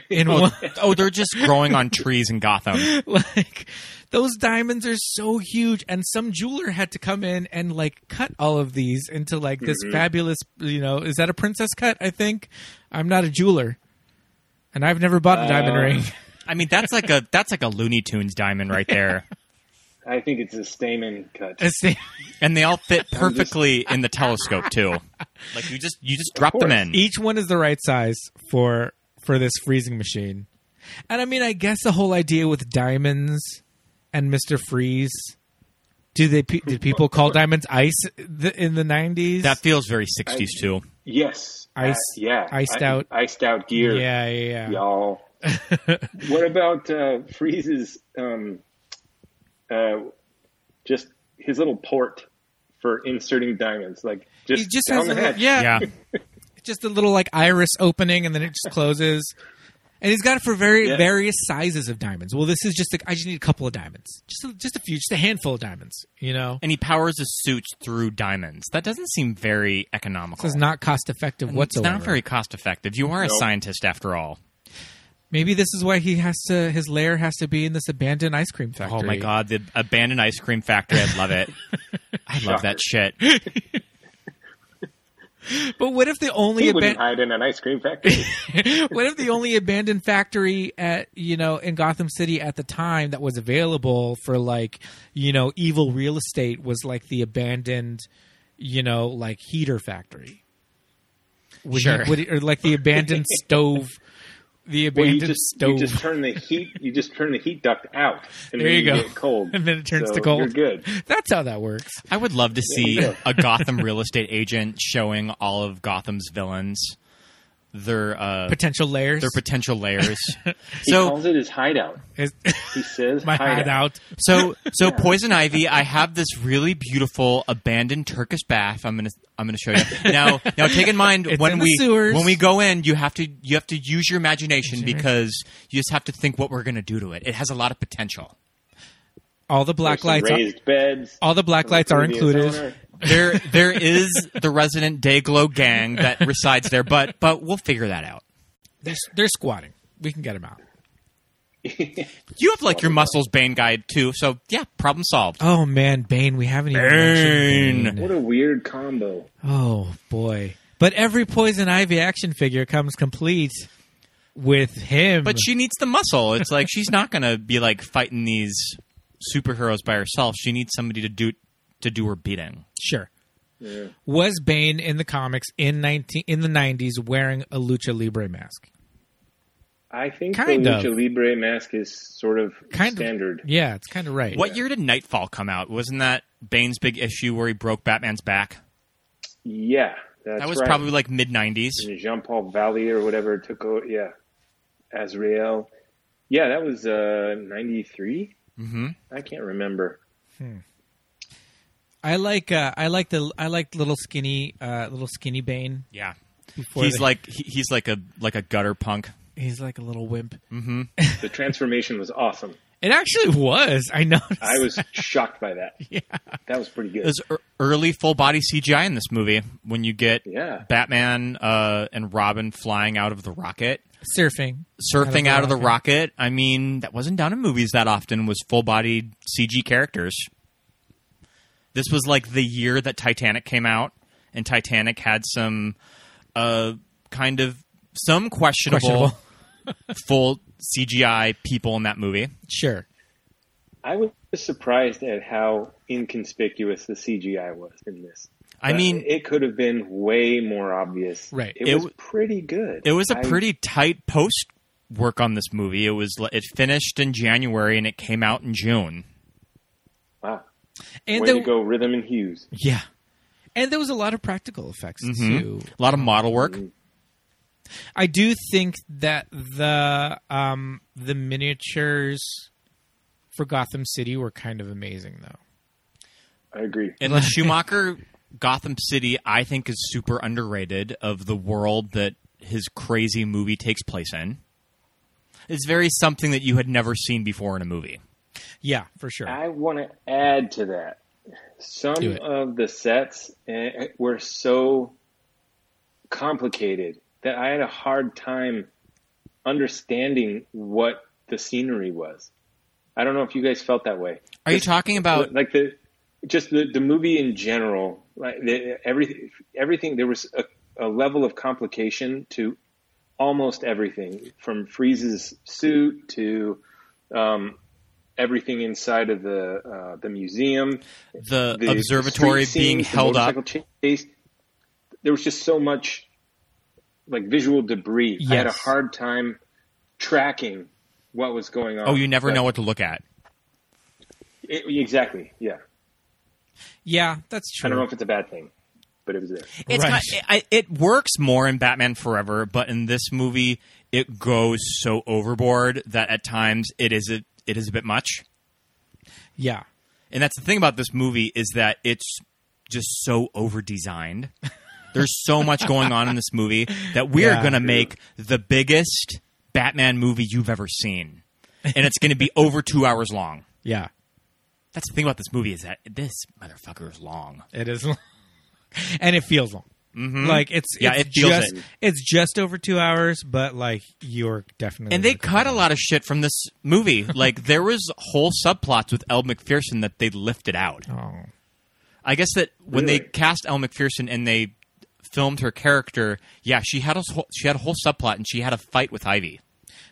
[LAUGHS] in one [LAUGHS] Oh, they're just growing on trees in Gotham. like those diamonds are so huge and some jeweler had to come in and like cut all of these into like this Mm-hmm. fabulous you know is that a princess cut i think i'm not a jeweler and i've never bought a diamond Uh, ring [LAUGHS] I mean, that's like a that's like a Looney Tunes diamond right there. I think it's a stamen [LAUGHS] cut. It's the- And they all fit perfectly in the telescope too. Like you just you just drop them course. in. each one is the right size for for this freezing machine and i mean i guess the whole idea with diamonds and mr freeze do they pe- did people call diamonds ice th- in the 90s That feels very 60s too. [LAUGHS] Yes. Ice- Uh, yeah. iced I- out. Iced out gear. yeah yeah, yeah. [LAUGHS] Y'all. what about uh, Freeze's um, uh, just his little port for inserting diamonds? Like just, He just down has the a little, hatch. yeah, Yeah. just a little like iris opening and then it just closes. And he's got it for very Yeah. various sizes of diamonds. Well, this is just like I just need a couple of diamonds, just a, just a few, just a handful of diamonds. You know, And he powers his suits through diamonds. That doesn't seem very economical. this is not cost effective It's whatsoever. not very cost effective. You are a Nope. scientist after all. Maybe this is why he has to his lair has to be in this abandoned ice cream factory. Oh my god, the abandoned ice cream factory. I love it. [LAUGHS] I love that shit. But what if the only He wouldn't aban- hide in an ice [LAUGHS] cream factory. what if the only abandoned factory at you know in Gotham City at the time that was available for like you know evil real estate was like the abandoned you know like heater factory would he- Sure. would he- or like the [LAUGHS] abandoned stove the Well, you abandoned just stove you just turn the heat you just turn the heat duct out and There then you you go. get cold [LAUGHS] And then it turns So to cold. You're good. that's how that works I would love to see a Gotham real estate agent showing all of Gotham's villains their uh, potential layers their potential [LAUGHS] layers. He so calls it his hideout. Is- [LAUGHS] He says my hideout. hideout [LAUGHS] so so poison ivy. I have this really beautiful abandoned Turkish bath. I'm gonna I'm gonna show you [LAUGHS] now. Now take in mind It's when in the we sewers. when we go in, you have to you have to use your imagination because you just have to think what we're gonna do to it. It has a lot of potential. all the black There's some lights raised beds. all the black lights are Maybe a included boner. There [LAUGHS] there is the resident day glow gang that resides there, but but we'll figure that out. they're, they're squatting we can get them out You have like your muscles Bane guide too, so yeah, problem solved. oh man Bane we haven't even mentioned Bane. What a weird combo. Oh boy! But every poison ivy action figure comes complete with him. But she needs the muscle. It's like she's not gonna be like fighting these superheroes by herself. She needs somebody to do to do her beating. sure was Bane in the comics in nineteen in the nineties wearing a lucha libre mask. I think Kind the of. Lucha Libre mask is sort of Kind standard. of. Yeah, it's kind of right. What year did Nightfall come out? Wasn't that Bane's big issue where he broke Batman's back? Yeah, that's that was right. probably like mid nineties. Jean Paul Valley or whatever took over. Yeah, Azrael. Yeah, that was uh, ninety Mm-hmm. I can't remember. I like. Uh, I like the. I like little skinny. Uh, little skinny Bane. Yeah. Before He's the- like he, he's like a like a gutter punk. He's like a little wimp. The transformation was awesome. It actually was. I [LAUGHS] noticed. [LAUGHS] I was shocked by that. Yeah, that was pretty good. There's ear- er, early full body CGI in this movie when you get Yeah. Batman uh, and Robin flying out of the rocket, surfing. surfing out of the, rocket. rocket. I mean, that wasn't done in movies that often. Was full bodied CG characters. This was like the year that Titanic came out, and Titanic had some uh, kind of some questionable. Questionable. [LAUGHS] [LAUGHS] full CGI people in that movie. Sure. I was surprised at how inconspicuous the CGI was in this. I But mean, it could have been way more obvious. Right. It, It was w- pretty good. It was a I- pretty tight post work on this movie. It was it finished in January and it came out in June. wow. And Way there, to go, Rhythm and Hughes. yeah, and there was a lot of practical effects Mm-hmm. too. A lot of model work. Mm-hmm. I do think that the um, the miniatures for Gotham City were kind of amazing, though. I agree. And the Schumacher Gotham City, I think, is super underrated of the world that his crazy movie takes place in. It's very something that you had never seen before in a movie. Yeah, for sure. I want to add to that. Do Some it. of the sets eh, were so complicated that I had a hard time understanding what the scenery was. I don't know if you guys felt that way. Are you talking about like the just the, the movie in general, like the, everything everything there was a, a level of complication to almost everything from Freeze's suit to um, everything inside of the uh, the museum, the, the observatory street being scenes, the held up? motorcycle Chase. There was just so much like visual debris. I had a Yes. hard time tracking what was going on. Oh, you never But know what to look at. it- exactly. Yeah, yeah, that's true. I don't know if it's a bad thing, but it was there. It's Right. ki- I- it works more in Batman Forever, but in this movie, it goes so overboard that at times it is a, it is a bit much. yeah, And that's the thing about this movie is that it's just so [LAUGHS] over designed. There's so much going on in this movie that we are Yeah. going to make the biggest Batman movie you've ever seen. And it's [LAUGHS] going to be over 2 hours long. yeah, That's the thing about this movie is that this motherfucker is long. it is, long. [LAUGHS] and it feels long. Like it's Mm-hmm. Yeah, it's it feels just it. it's just over two hours, but like you're definitely And they looking cut a at it. lot of shit from this movie. Like there was whole subplots with Elle McPherson that they [LAUGHS] lifted out. Oh. I guess that when they Really? cast Elle McPherson and they filmed her character, yeah, she had a s- whole, she had a whole subplot and she had a fight with Ivy.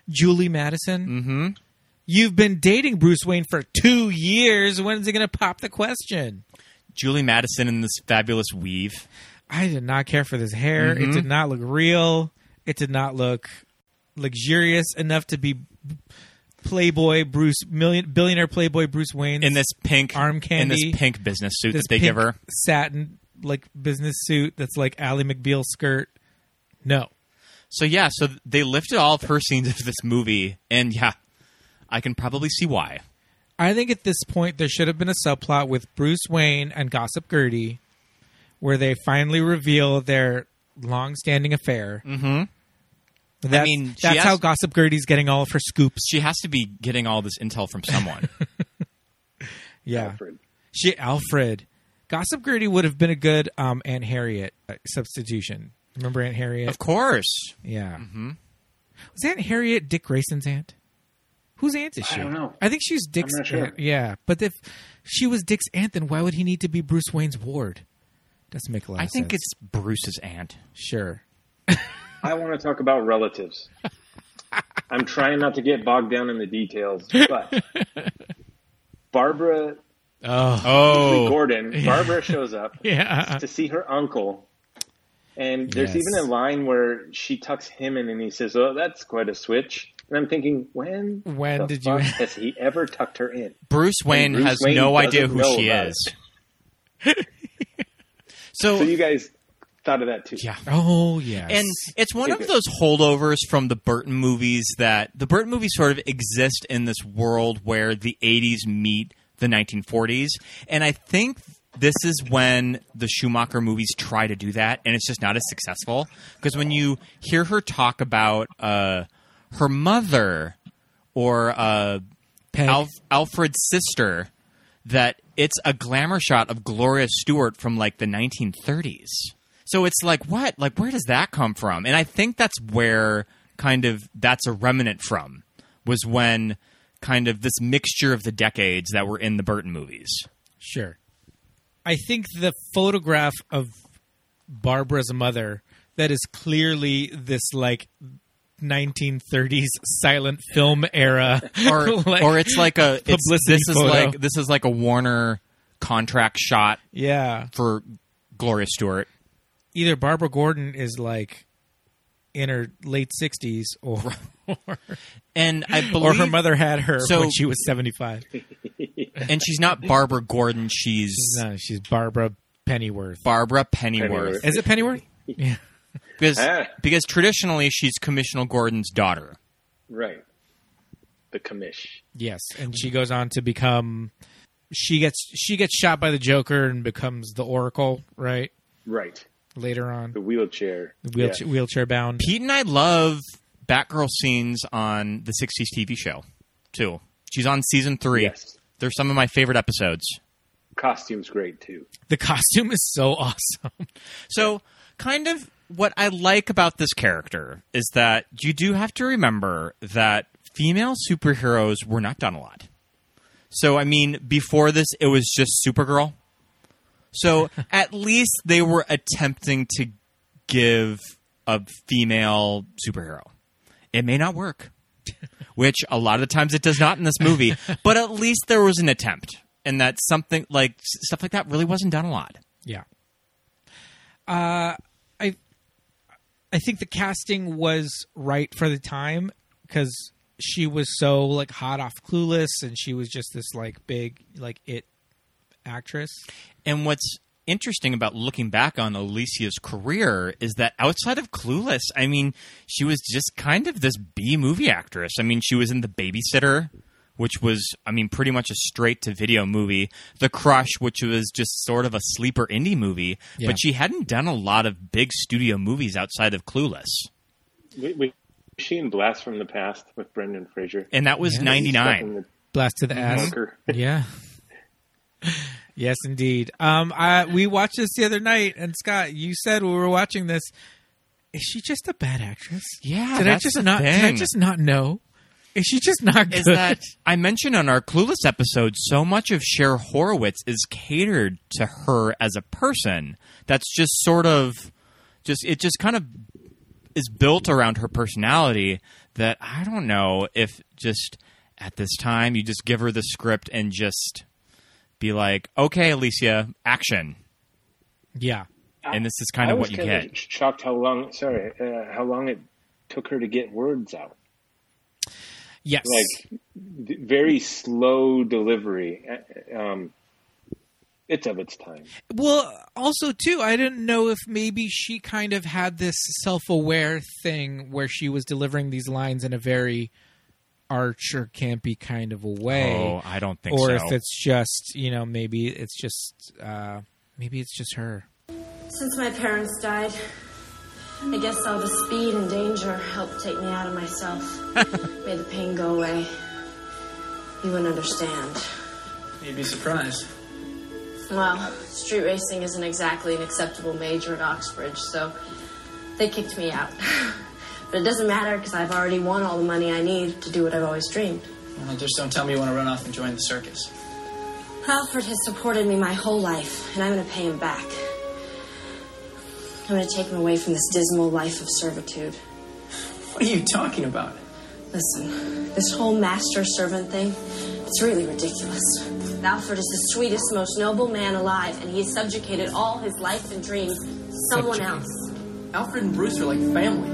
Julie Madison. Mm-hmm. You've been dating Bruce Wayne for two years. When's he going to pop the question? Julie Madison in this fabulous weave. I did not care for this hair. Mm-hmm. It did not look real. It did not look luxurious enough to be Playboy Bruce million billionaire Playboy Bruce Wayne In this pink Arm in candy. this pink business suit this that they pink give her. satin like business suit that's like Ally McBeal skirt. No, So yeah, so they lifted all of her scenes of this movie, and yeah, I can probably see why. I think at this point there should have been a subplot with Bruce Wayne and Gossip Gertie, where they finally reveal their long-standing affair. Mm-hmm. That's, mean, she that's how asked- Gossip Gertie's getting all of her scoops. She has to be getting all this intel from someone. [LAUGHS] Yeah, Alfred. she Alfred. Gossip Gertie would have been a good um, Aunt Harriet uh, substitution. Remember Aunt Harriet? of course. Yeah. Mm-hmm. Was Aunt Harriet Dick Grayson's aunt? Whose aunt is she? don't know. I think she's Dick's not sure. aunt. Yeah, but if she was Dick's aunt, then why would he need to be Bruce Wayne's ward? Doesn't make a lot I of think sense. it's Bruce's aunt. sure. I want to talk about [LAUGHS] relatives. I'm trying not to get bogged down in the details, [LAUGHS] but Barbara [LAUGHS] Oh, Gordon, Barbara shows up Yeah. to see her uncle, and there's Yes. even a line where she tucks him in, and he says, "Oh, that's quite a switch." And I'm thinking, when When the did you- [LAUGHS] fuck has he ever tucked her in? Bruce Wayne Bruce has Wayne no idea doesn't who know she about is. [LAUGHS] So you guys thought of that too? Yeah. Oh yes. And it's one of Okay. those holdovers from the Burton movies that the Burton movies sort of exist in this world where the 80s meet the 1940s. And I think this is when the Schumacher movies try to do that, and it's just not as successful. Because when you hear her talk about uh, her mother or uh, Peg. Alf- Alfred's sister, that it's a glamour shot of Gloria Stewart from like the 1930s. So it's like, what? Like, where does that come from? And I think that's where kind of that's a remnant from was when kind of this mixture of the decades that were in the Burton movies. [LAUGHS] Sure. I think the photograph of Barbara's mother that is clearly this like 1930s silent film [LAUGHS] era Or, like- or it's like a it's, publicity this is photo. like this is like a Warner contract shot yeah for Gloria Stewart. either Barbara Gordon is like in her late sixties, or [LAUGHS] And I believe or her mother had her So- when she was seventy five. and she's not Barbara Gordon. She's No, she's Barbara Pennyworth. Barbara Pennyworth. Pennyworth. Is it Pennyworth? Yeah. Because Ah. because traditionally she's Commissioner Gordon's daughter. Right. The commish. Yes, and she goes on to become. She gets she gets shot by the Joker and becomes the Oracle. Right Right. later on, The wheelchair. wheelchair, Yeah. wheelchair bound. Pete and I love Batgirl scenes on the '60s TV show too. She's on season three. Yes. They're some of my favorite episodes. Costume's great too. The costume is so [LAUGHS] awesome. So, kind of what I like about this character is that you do have to remember that female superheroes were not done a lot. So, I mean, before this, it was just Supergirl. So, at least they were attempting to give a female superhero. It may not work, which a lot of the times it does not in this movie, but at least there was an attempt. And that something like s- stuff like that really wasn't done a lot. Yeah. Uh, I I think the casting was right for the time because she was so like hot off Clueless, and she was just this like big like it actress. And what's interesting about looking back on Alicia's career is that outside of Clueless, I mean, she was just kind of this B movie actress. I mean, she was in The Babysitter, which was, I mean, pretty much a straight to video movie, The Crush, which was just sort of a sleeper indie movie, Yeah. but she hadn't done a lot of big studio movies outside of Clueless. Wait, wait. Was she in Blast from the Past with Brendan Fraser? And that was Yeah. Stuck in 99. the Blast to the Mm-hmm. ass. bunker. Yeah. [LAUGHS] yes, indeed. Um, I we watched this the other night, and Scott, you said we were watching this. Is she just a bad actress? Yeah, Did I that's just the not? Did I thing. just not know? Is she just not good? is that [LAUGHS] I mentioned on our Clueless episode, so much of Cher Horowitz is catered to her as a person. That's just sort of just it just kind of is built around her personality that I don't know if just at this time you just give her the script and just be like, Okay, Alicia, action. [LAUGHS] yeah. And this is kind I of was what you kind get. Of shocked how long. Sorry, uh, how long it took her to get words out. Yes. Like d- very slow delivery. Uh, Um, it's of its time. Well, also too, I didn't know if maybe she kind of had this self-aware thing where she was delivering these lines in a very arch or campy kind of a way, Oh, I don't think or so. if it's just you know maybe it's just uh, maybe it's just her. Since my parents died, I guess all the speed and danger helped take me out of myself. Made the pain go away. You wouldn't understand. You'd be surprised. Well, street racing isn't exactly an acceptable major at Oxbridge, so they kicked me out. [LAUGHS] but it doesn't matter because I've already won all the money I need to do what I've always dreamed. Well, just don't tell me you want to run off and join the circus. Alfred has supported me my whole life, and I'm going to pay him back. I'm going to take him away from this dismal life of servitude. What are you talking about? Listen, this whole master servant thing, it's really ridiculous. Alfred is the sweetest, most noble man alive, and he has subjugated all his life and dreams to someone Subjugated. else. Alfred and Bruce are like family.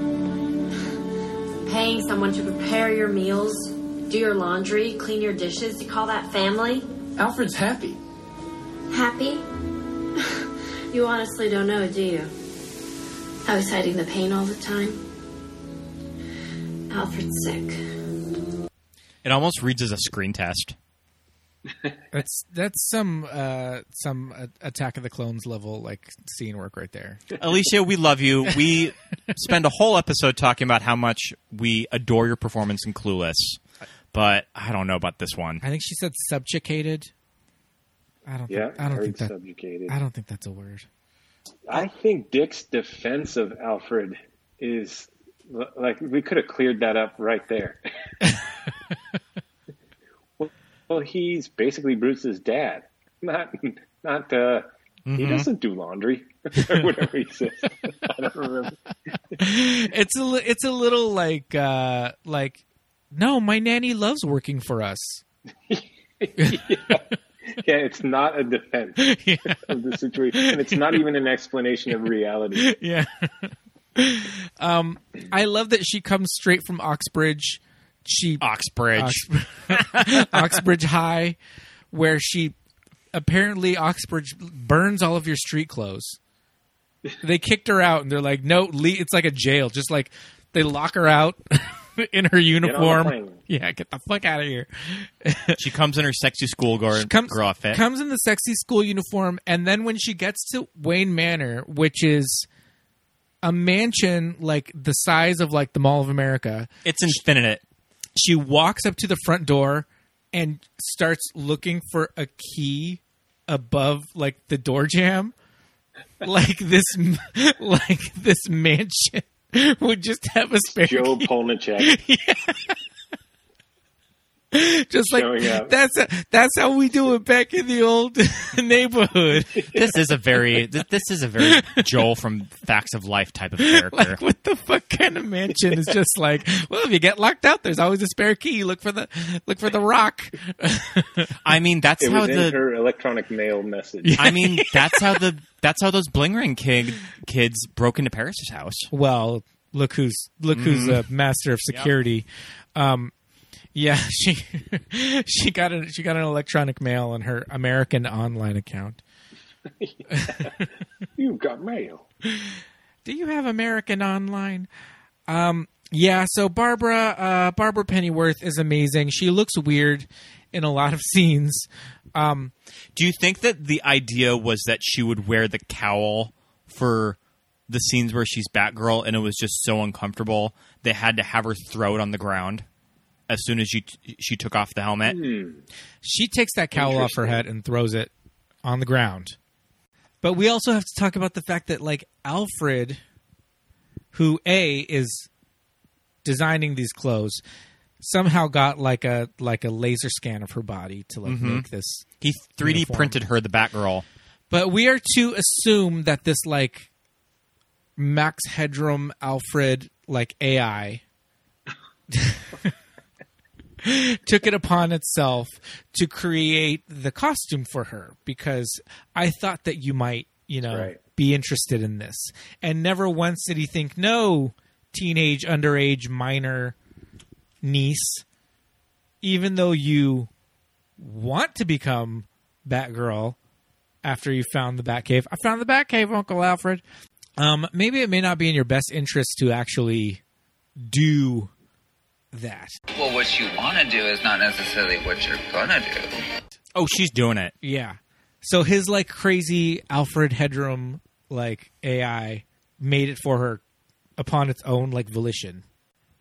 Paying someone to prepare your meals, do your laundry, clean your dishes, you call that family? Alfred's happy. Happy? [LAUGHS] you honestly don't know, do you? I was hiding the pain all the time. Alfred's sick. it almost reads as a screen test. That's that's some uh, some uh, Attack of the Clones level like scene work right there. Alicia, we love you. [LAUGHS] We spend a whole episode talking about how much we adore your performance in Clueless, but I don't know about this one. I think she said subjugated. I don't. Yeah, think, I don't heard think that. subjugated. I don't think that's a word. I think Dick's defense of Alfred is l- like we could have cleared that up right there. well, well, he's basically Bruce's dad. Not, not. Uh, He doesn't do laundry or whatever he says. I don't remember. it's a li- it's a little like uh like no my nanny loves working for us Yeah, it's not a defense of the situation. And it's not even an explanation of reality. [LAUGHS] yeah um i love that she comes straight from oxbridge she [LAUGHS] Oxbridge. Ox- oxbridge high where she apparently Oxbridge burns all of your street clothes. They kicked her out, and they're like, "No, le It's like a jail. Just like they lock her out [LAUGHS] in her uniform. plane. Yeah, get the fuck out of here. She comes in her sexy schoolgirl comes girl outfit. comes in the sexy school uniform, and then when she gets to Wayne Manor, which is a mansion like the size of like the Mall of America, it's infinite. she walks up to the front door and starts looking for a key above like the door jam [LAUGHS] like this [LAUGHS] like this mansion [LAUGHS] would just have a spare Joe key. Polnicek. just like showing up. that's that's how we do it back in the old [LAUGHS] neighborhood This is a very th- this is [LAUGHS] a very Joel from Facts of Life type of character. like what the fuck kind of mansion is just like well if you get locked out there's always a spare key look for the look for the rock I mean, that's It how was in the her electronic mail message. I [LAUGHS] mean, that's how the that's how those bling ring kid kids broke into Paris's house. well look who's look who's a master of security um yeah [LAUGHS] she she got an she got an electronic mail on her american online account You got mail. do you have american online um yeah so barbara uh barbara pennyworth is amazing she looks weird in a lot of [LAUGHS] scenes um Do you think that the idea was that she would wear the cowl for the scenes where she's Batgirl and it was just so uncomfortable they had to have her throw it on the ground as soon as she she took off the helmet? She takes that cowl off her Interesting. head and throws it on the ground. But we also have to talk about the fact that like Alfred, who A is designing these clothes, somehow got like a like a laser scan of her body to like make this. He 3D Uniform. printed her the Batgirl. But we are to assume that this like Max Headroom Alfred like AI [LAUGHS] took it upon itself to create the costume for her because I thought that you might, you know, Right. be interested in this. And never once did he think, no, teenage, underage, minor niece, even though you want to become Batgirl after you found the Batcave. I found the Batcave, Uncle Alfred. Um, maybe it may not be in your best interest to actually do that. Well, what you want to do is not necessarily what you're gonna do. Oh, she's doing it. Yeah. So his like crazy Alfred Hedrum like AI made it for her upon its own like volition.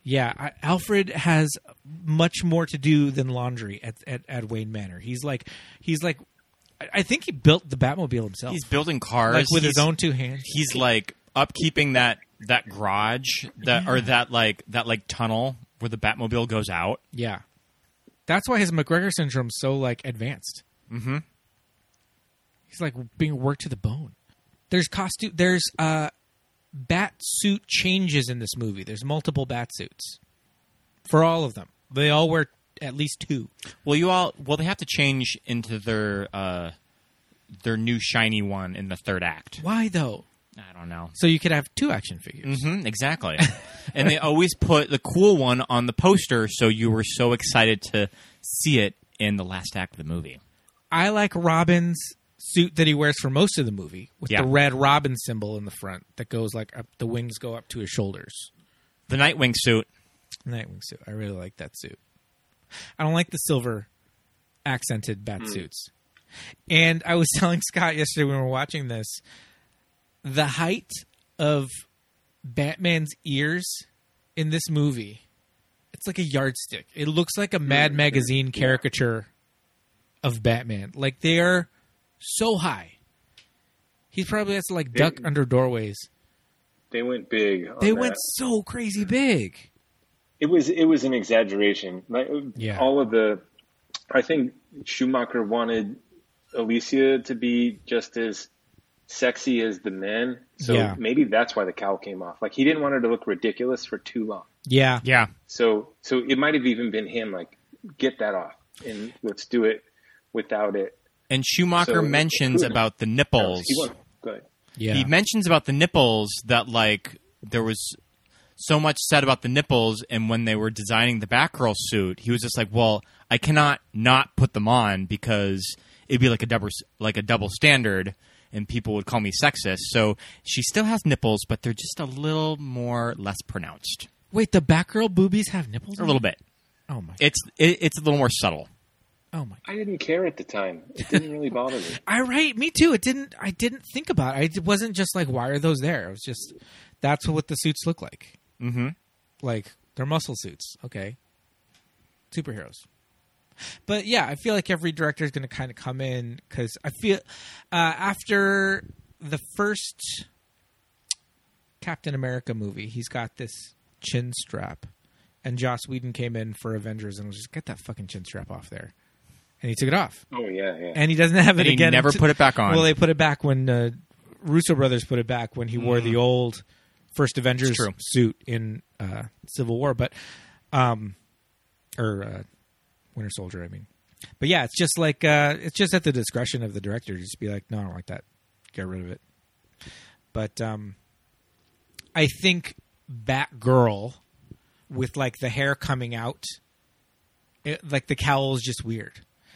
Yeah, I, Alfred has much more to do than laundry at, at at Wayne Manor. He's like he's like I- I think he built the Batmobile himself. He's building cars Oh. like with his He's- own two hands. He's like upkeeping that that garage that or that like that like tunnel where the Batmobile goes out. Yeah. That's why his McGregor syndrome's so like advanced. Mm-hmm. He's like being worked to the bone. There's costume. There's uh, bat suit changes in this movie. There's multiple bat suits for all of them. They all wear at least two. Well, you all. Well, they have to change into their uh, their new shiny one in the third act. Why though? Mm. I don't know. So you could have two action figures. hmm [LAUGHS] exactly. and they always put the cool one on the poster, so you were so excited to see it in the last act of the movie. I like Robin's suit that he wears for most of the movie with Yeah. the red Robin symbol in the front that goes like up. The wings go up to his shoulders. The Nightwing suit. Nightwing suit. I really like that suit. I don't like the silver accented bat suits. And I was [LAUGHS] telling Scott yesterday when we were watching this, the height of Batman's ears in this movie, it's like a yardstick. It looks like a Mad Magazine caricature of Batman. Like they are so high. He probably has to like duck under doorways. They went big. on They Oh, that. went so crazy big. It was it was an exaggeration. Like, Yeah. All of the, I think Schumacher wanted Alicia to be just as sexy as the men. So Yeah. maybe that's why the cowl came off. Like he didn't want her to look ridiculous for too long. Yeah. Yeah, So so it might have even been him. Like get that off and let's do it without it. and Schumacher So- mentions about the nipples. He won. Go ahead. Yeah. He mentions about the nipples that like there was so much said about the nipples, and when they were designing the Batgirl suit, he was just like, "Well, I cannot not put them on because it'd be like a double like a double standard, and people would call me sexist." So she still has nipples, but they're just a little more less pronounced, Wait, the Batgirl boobies have nipples? a little bit. Oh my. It's it, it's a little more subtle. Oh my. I didn't care at the time. It didn't really [LAUGHS] bother me. I right, me too. It didn't. I didn't think about. It. I wasn't just like, why are those there? It was just that's what the suits look like. Mm-hmm. Like they're muscle suits. Okay. Superheroes. But yeah, I feel like every director is going to kind of come in because I feel uh, after the first Captain America movie, he's got this chin strap, and Joss Whedon came in for Avengers and was just get that fucking chin strap off there, and he took it off Oh yeah, yeah. and he doesn't have it And he again. never until- put it back on. Well, they put it back when uh, Russo brothers put it back when he wore the old first Avengers It's true. suit in uh, Civil War, but um, or uh, Winter Soldier, I mean. But yeah, it's just like uh, it's just at the discretion of the director to just be like, no, I don't like that, get rid of it. But um, I think Batgirl with like the hair coming out, it, like the cowl is just weird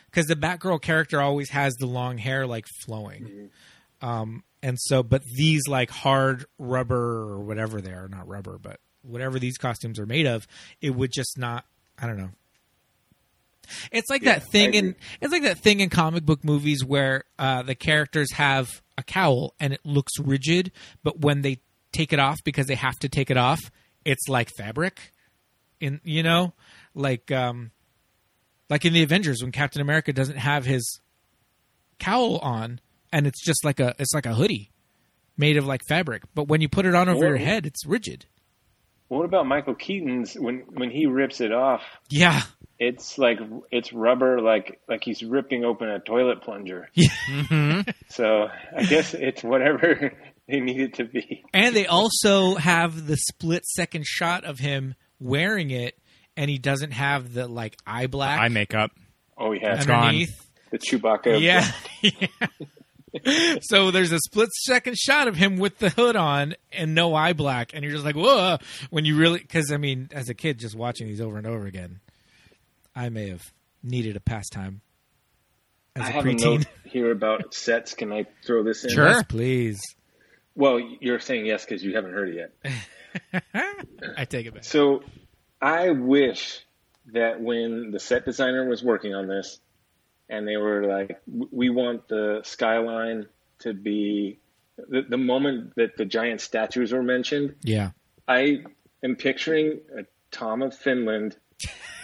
because the Batgirl character always has the long hair like flowing, um, and so but these like hard rubber or whatever they are, not rubber, but whatever these costumes are made of, it would just not. I don't know. It's like that thing in it's like that thing in comic book movies where uh, the characters have a cowl and it looks rigid, but when they take it off because they have to take it off, it's like fabric. In you know, like um, like in the Avengers when Captain America doesn't have his cowl on and it's just like a it's like a hoodie made of like fabric, but when you put it on over Or- your head, it's rigid. What about Michael Keaton's when when he rips it off? Yeah. It's like it's rubber, like like he's ripping open a toilet plunger. Mm-hmm. So I guess it's whatever [LAUGHS] they need it to be. And they also have the split second shot of him wearing it, and he doesn't have the like eye black Eye makeup. Oh yeah, That's gone. underneath. the Chewbacca. of- Yeah. [LAUGHS] Yeah. so there's a split second shot of him with the hood on and no eye black, and you're just like, whoa. When you really, because I mean, as a kid, just watching these over and over again, I may have needed a pastime as I a have a preteen. note here about sets. Can I throw this [LAUGHS] in? Yes, please. Well, you're saying yes because you haven't heard it yet. I take it back. So I wish that when the set designer was working on this and they were like, "W- we want the skyline to be the, the moment that the giant statues were mentioned, Yeah. I am picturing a Tom of Finland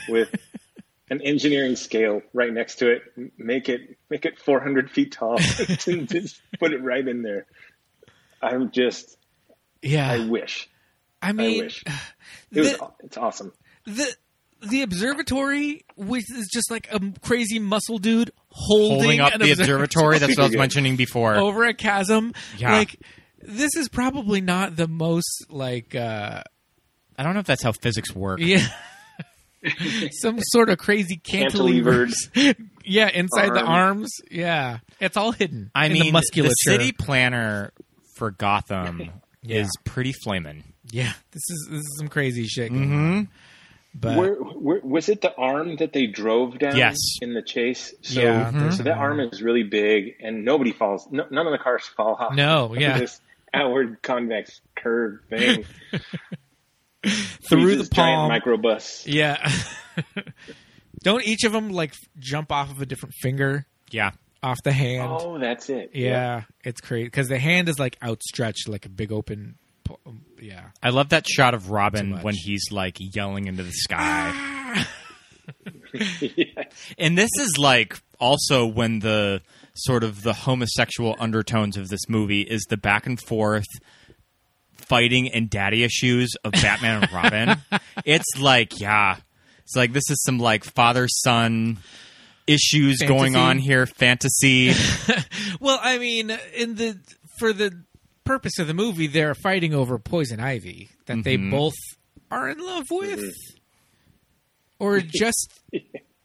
with [LAUGHS] an engineering scale right next to it. M- Make it make it 400 [LAUGHS] feet tall [LAUGHS] and just put it right in there. I'm just, Yeah. I wish. I mean, I wish. It was, the- aw- it's awesome. the the observatory which is just like a crazy muscle dude holding, Holding up an the observ- observatory. That's what I was Good. mentioning [LAUGHS] before. over a chasm Yeah. like this is probably not the most like uh I don't know if that's how physics work. yeah [LAUGHS] some sort of crazy cantilever [LAUGHS] yeah inside the arms yeah it's all hidden I in mean, the musculature city planner for Gotham [LAUGHS] Yeah. is pretty flamin'. yeah this is this is some crazy shit going on. but Where, where, was it the arm that they drove down Yes. in the chase? So, Yeah, Mm-hmm. there's so that arm is really big, and nobody falls. No, none of the cars fall off. No, yeah. This outward convex curve thing [LAUGHS] through the Uses palm giant microbus. yeah [LAUGHS] don't each of them like f- jump off of a different finger Yeah. off the hand Oh, that's it. Yeah, it's crazy because the hand is like outstretched, like a big open. po- um, Yeah, I love that shot of Robin much. Ah! when he's like yelling into the sky. [LAUGHS] And this is like also when the sort of the homosexual undertones of this movie is the back and forth fighting and daddy issues of Batman and [LAUGHS] Robin. It's like, yeah. It's like this is some like father son issues going Fantasy. on here, fantasy. Well, I mean, in the for the purpose of the movie, they're fighting over poison ivy that they both are in love with, or just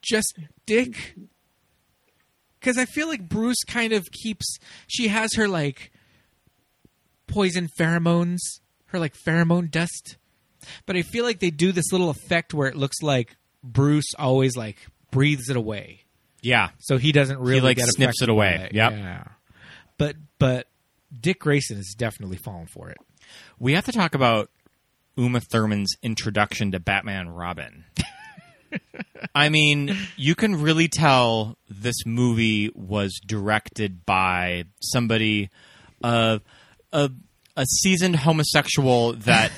just Dick. Because I feel like Bruce kind of keeps she has her like poison pheromones, her like pheromone dust But I feel like they do this little effect where it looks like Bruce always like breathes it away, Yeah. so he doesn't really like, get sniffs affected it away. by it. Yep. Yeah. But but Dick Grayson is definitely falling for it. We have to talk about Uma Thurman's introduction to Batman and Robin. [LAUGHS] I mean, you can really tell this movie was directed by somebody uh, a a seasoned homosexual that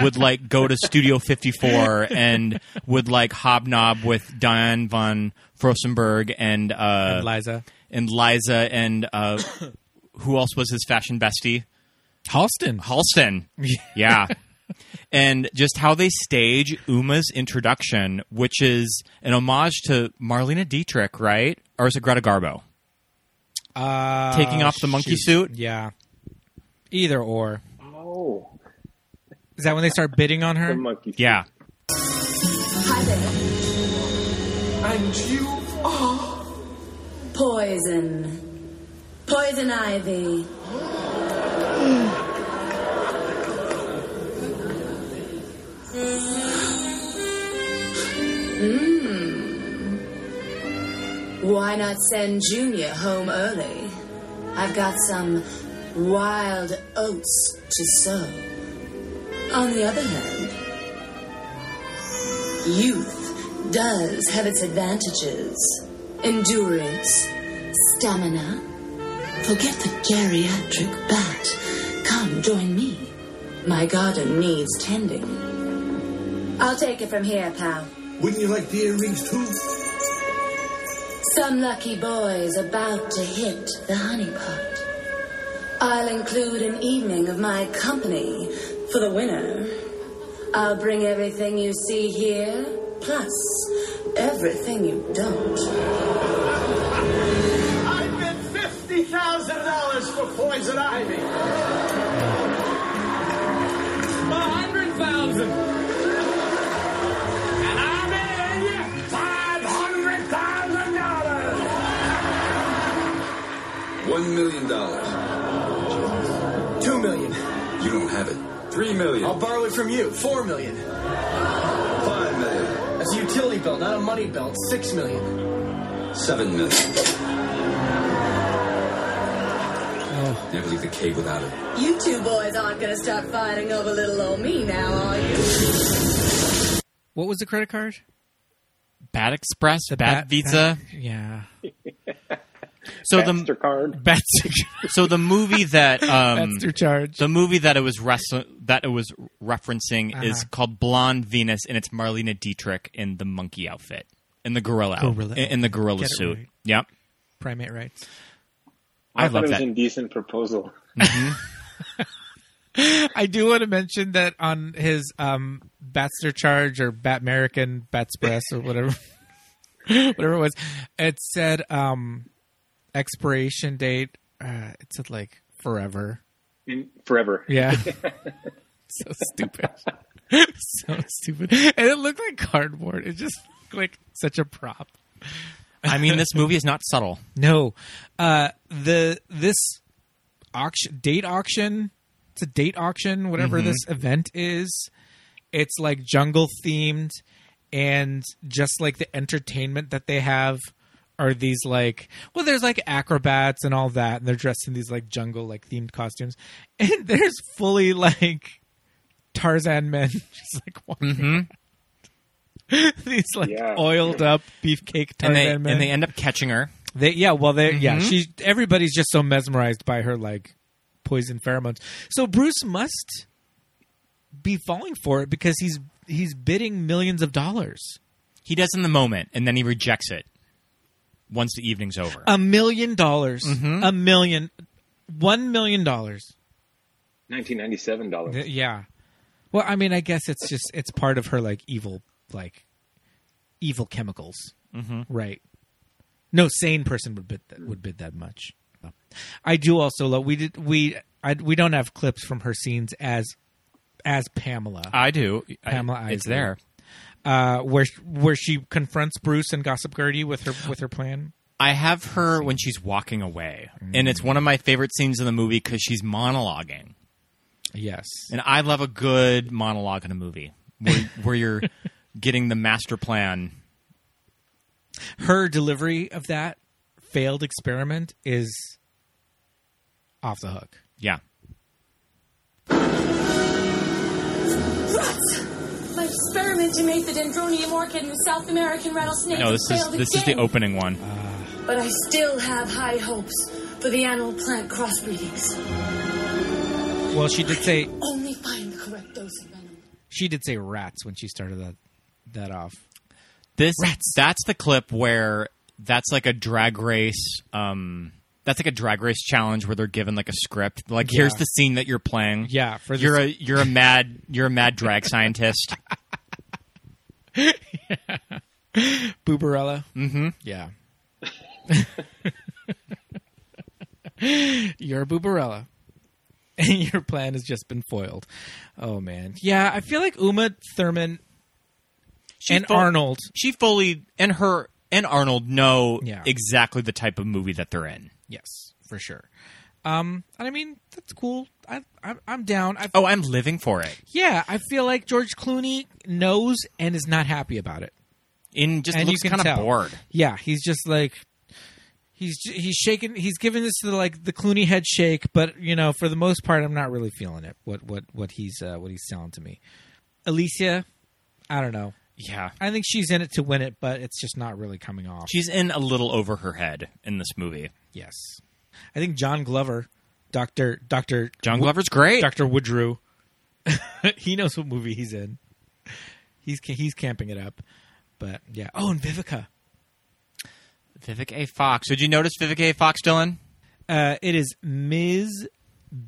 would like go to Studio 54 and would like hobnob with Diane von Frosenberg and uh And Liza and Liza and uh, [COUGHS] who else was his fashion bestie? Halston. [LAUGHS] Halston. Yeah. and just how they stage Uma's introduction, which is an homage to Marlena Dietrich, right? Or is it Greta Garbo? Uh, Taking off the monkey suit? Yeah. Either or. Oh, Is that when they start bidding on the her? monkey. Yeah. Hi there. And you Poison. Poison ivy. Hmm. Mmm. Why not send Junior home early? I've got some wild oats to sow. On the other hand, Youth does have its advantages endurance, stamina. Forget the geriatric bat. Come join me. My garden needs tending. I'll take it from here, pal. Wouldn't you like the earrings too? Some lucky boy's about to hit the honey pot. I'll include an evening of my company for the winner. I'll bring everything you see here, plus everything you don't. I bid $50,000 for poison ivy. A hundred thousand. And I'm in you five hundred thousand dollars. One million dollars. two million. Oh. You don't have it. Three million. I'll borrow it from you. Four million. Five million. That's a utility bill, not a money bill. It's Six million. Seven million. Oh. Can't believe the cake without it. You two boys aren't gonna start fighting over little old me now, are you? What was the credit card? Bat Express, The Bat, Bat- Visa. Yeah. [LAUGHS] so the Mastercard. Baxter, so the [LAUGHS] movie that um, Baxter charge. the movie that it was wrestl- that it was referencing is Uh-huh. called Blonde Venus, and it's Marlena Dietrich in the monkey outfit, in the gorilla, out- Gorilla. in, in the gorilla Get it suit. right. Yep, Primate rights. I, thought love it was that. indecent proposal. I do want to mention that on his um, Baxter charge or Bat American, Bat'spress or whatever, [LAUGHS] whatever it was, it said um, expiration date. Uh, it said like forever. In- Forever. Yeah. [LAUGHS] so stupid. [LAUGHS] so stupid. And it looked like cardboard. It just looked like such a prop. I mean, this movie is not [LAUGHS] subtle. No. Uh the this auction date auction, it's a date auction, whatever Mm-hmm. this event is. It's like jungle themed and just like the entertainment that they have are these like well there's like acrobats and all that and they're dressed in these like jungle like themed costumes [LAUGHS] and there's fully like Tarzan men [LAUGHS] just like walking Mm-hmm. around. [LAUGHS] these like Yeah. oiled up beefcake and Tarzan they men and they end up catching her. they yeah, well they yeah, she everybody's just so mesmerized by her like poison pheromones. So Bruce must be falling for it because he's he's bidding millions of dollars. He does in the moment, and then he rejects it once the evening's over. A million dollars. Mm-hmm. A million one million dollars. 1997 dollars. Th- Yeah. Well, I mean, I guess it's just it's part of her like evil like evil chemicals. Mm-hmm. Right. No sane person would bid that would bid that much. I do also love we did we I, we don't have clips from her scenes as as Pamela I do. I- Pamela it's Isley. there. uh, where where she confronts Bruce and Gossip Gertie with her with her plan. I have her when Mm. she's walking away, and it's one of my favorite scenes in the movie because she's monologuing. Yes. And I love a good monologue in a movie [LAUGHS] where, where you're getting the master plan. Her delivery of that failed experiment is off the hook. Yeah. Rot! My experiment to make the Dendronium orchid and the South American rattlesnake No, this is failed this is the again. opening one. But I still have high hopes for the animal plant crossbreedings. Well, she did say Only find the correct dose of venom. she did say rats when she started that that off. This that's the clip where that's like a drag race. Um, that's like a drag race challenge where they're given like a script. Like Yeah. here's the scene that you're playing. Yeah, for this- you're a you're a mad you're a mad drag scientist. Booberella. Mm-hmm. Yeah. [LAUGHS] you're a Booberella. [LAUGHS] And your plan has just been foiled. Oh man. Yeah, I feel like Uma Thurman She and fu- Arnold. [LAUGHS] She fully and her and Arnold know Yeah. exactly the type of movie that they're in. Yes, for sure. Um, and I mean that's cool. I, I I'm down. I, Oh, I'm living for it. yeah, I feel like George Clooney knows and is not happy about it. In just and looks you can kind of tell. bored. Yeah, he's just like he's j- he's shaking. He's giving this the like the Clooney head shake, but you know, for the most part, I'm not really feeling it. What what what he's uh, what he's selling to me, Alicia. I don't know. Yeah. I think she's in it to win it, but it's just not really coming off. She's in a little over her head in this movie. yes, I think John Glover, Doctor Doctor John Glover's great. Doctor Woodrew. [LAUGHS] he knows what movie he's in. He's ca- he's camping it up, but yeah. Oh, and Vivica. Vivek A. Fox. Did you notice Vivek A. Fox, Dylan? Uh, it is Ms.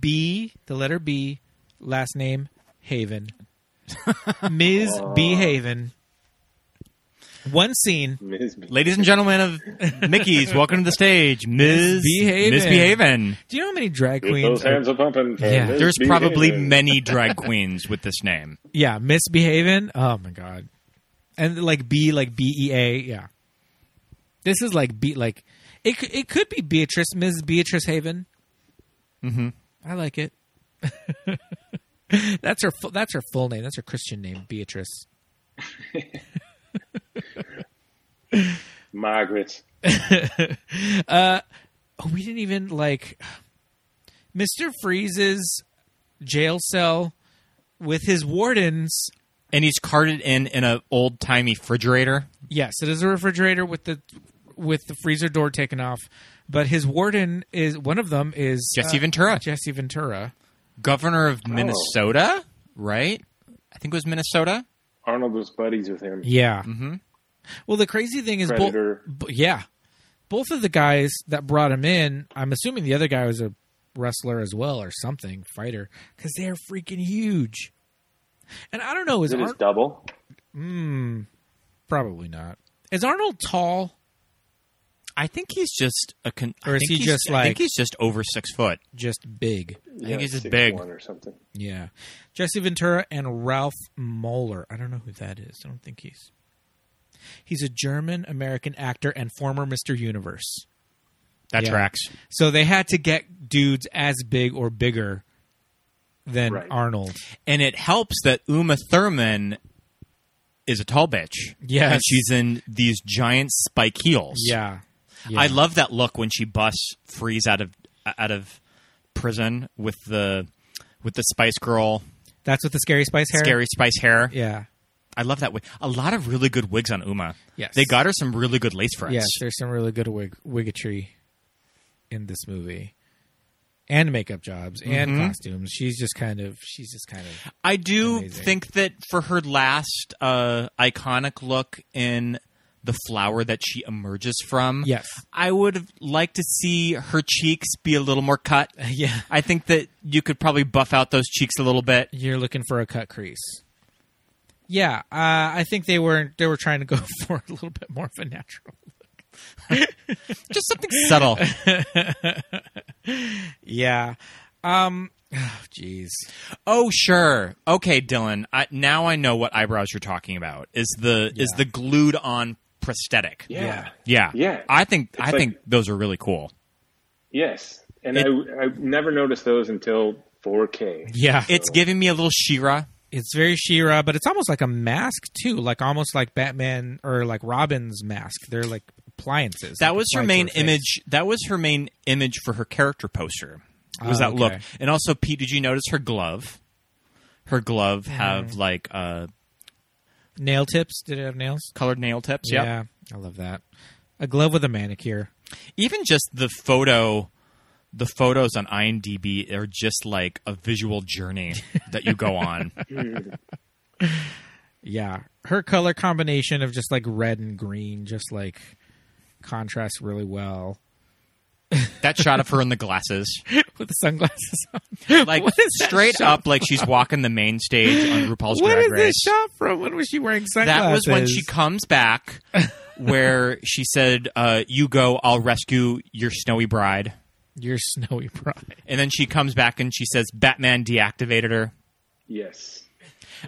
B, the letter B, last name Haven. Ms. B Haven. One scene. Ms. Ladies and gentlemen of [LAUGHS] Mickey's, welcome to the stage, Ms. Misbehavin'. Miss Behaven. Do you know how many drag Get queens? those Are, hands a pumping. for Yeah. Miss uh, There's B. probably Haven. many drag queens with this name. yeah, misbehaving. Oh my god. And like B, like B E A. Yeah. This is like B, like it. c- It could be Beatrice, Ms. Beatrice Haven. Mm-hmm. I like it. [LAUGHS] that's her. fu- That's her full name. That's her Christian name, Beatrice. Margaret. Oh, we didn't even like Mr. Freeze's jail cell with his wardens. And he's carted in in an old timey refrigerator. Yes, it is a refrigerator with the with the freezer door taken off, but his warden is one of them is uh, Jesse Ventura. Jesse Ventura. governor of Minnesota, right? I think it was Minnesota. Arnold was buddies with him. Yeah. Mm-hmm. Well, the crazy thing is, both Predator. bo- yeah, both of the guys that brought him in. I'm assuming the other guy was a wrestler as well or something fighter because they're freaking huge. And I don't know, is Is it his Ar- double? Probably not. Is Arnold tall? I think he's just a con- I Or is think he he's- just I think like- he's just over six foot. Just big. I he's just big. One or something. Yeah. Jesse Ventura and Ralph Moeller. I don't know who that is. I don't think he's. He's a German American actor and former Mr. Universe. That Yeah. tracks. So they had to get dudes as big or bigger than Right. Arnold. And it helps that Uma Thurman is a tall bitch. Yes. And she's in these giant spike heels. Yeah. I love that look when she busts freeze out of out of prison with the with the Spice Girl That's what the Scary Spice hair. scary spice hair. Yeah. I love that wig. A lot of really good wigs on Uma. Yes. They got her some really good lace fronts. Yes, there's some really good wig wiggetry in this movie. And makeup jobs and Mm-hmm. costumes. She's just kind of she's just kind of I do Amazing. think that for her last uh, iconic look in the flower that she emerges from, Yes. I would have liked to see her cheeks be a little more cut. [LAUGHS] Yeah. I think that you could probably buff out those cheeks a little bit. You're looking for a cut crease. Yeah, uh, I think they were they were trying to go [LAUGHS] for a little bit more of a natural. Just something [LAUGHS] subtle. Yeah. [SIGHS] Um oh, jeez. Oh, sure. Okay, Dylan. I, now I know what eyebrows you're talking about. Is the is Yeah. the glued on prosthetic? Yeah. Yeah. Yeah. I think I like- think those are really cool. Yes. And It- I, I never noticed those until 4K. Yeah, It's giving me a little Shira. it's very Shira, but it's almost like a mask too, like almost like Batman or like Robin's mask. They're like appliances. That like was her applied to main face. image. That was her main image for her character poster. Was Ah, that look? okay. And also, Pete, did you notice her glove? Her glove have like uh, Nail tips? Did it have nails? colored nail tips. Yep. Yeah, I love that. A glove with a manicure. even just the photo the photos on imdb are just like a visual [LAUGHS] journey that you go on Yeah, her color combination of just like red and green, just like contrasts really well that shot of her in the glasses with the sunglasses on. [LAUGHS] [LAUGHS] like What is that straight shot up like she's walking the main stage on rupaul's What drag is race this shot from? When was she wearing sunglasses? that was when she comes [LAUGHS] back where she said uh, you go i'll rescue your snowy bride Your snowy bride. and then she comes back and she says batman deactivated her Yes.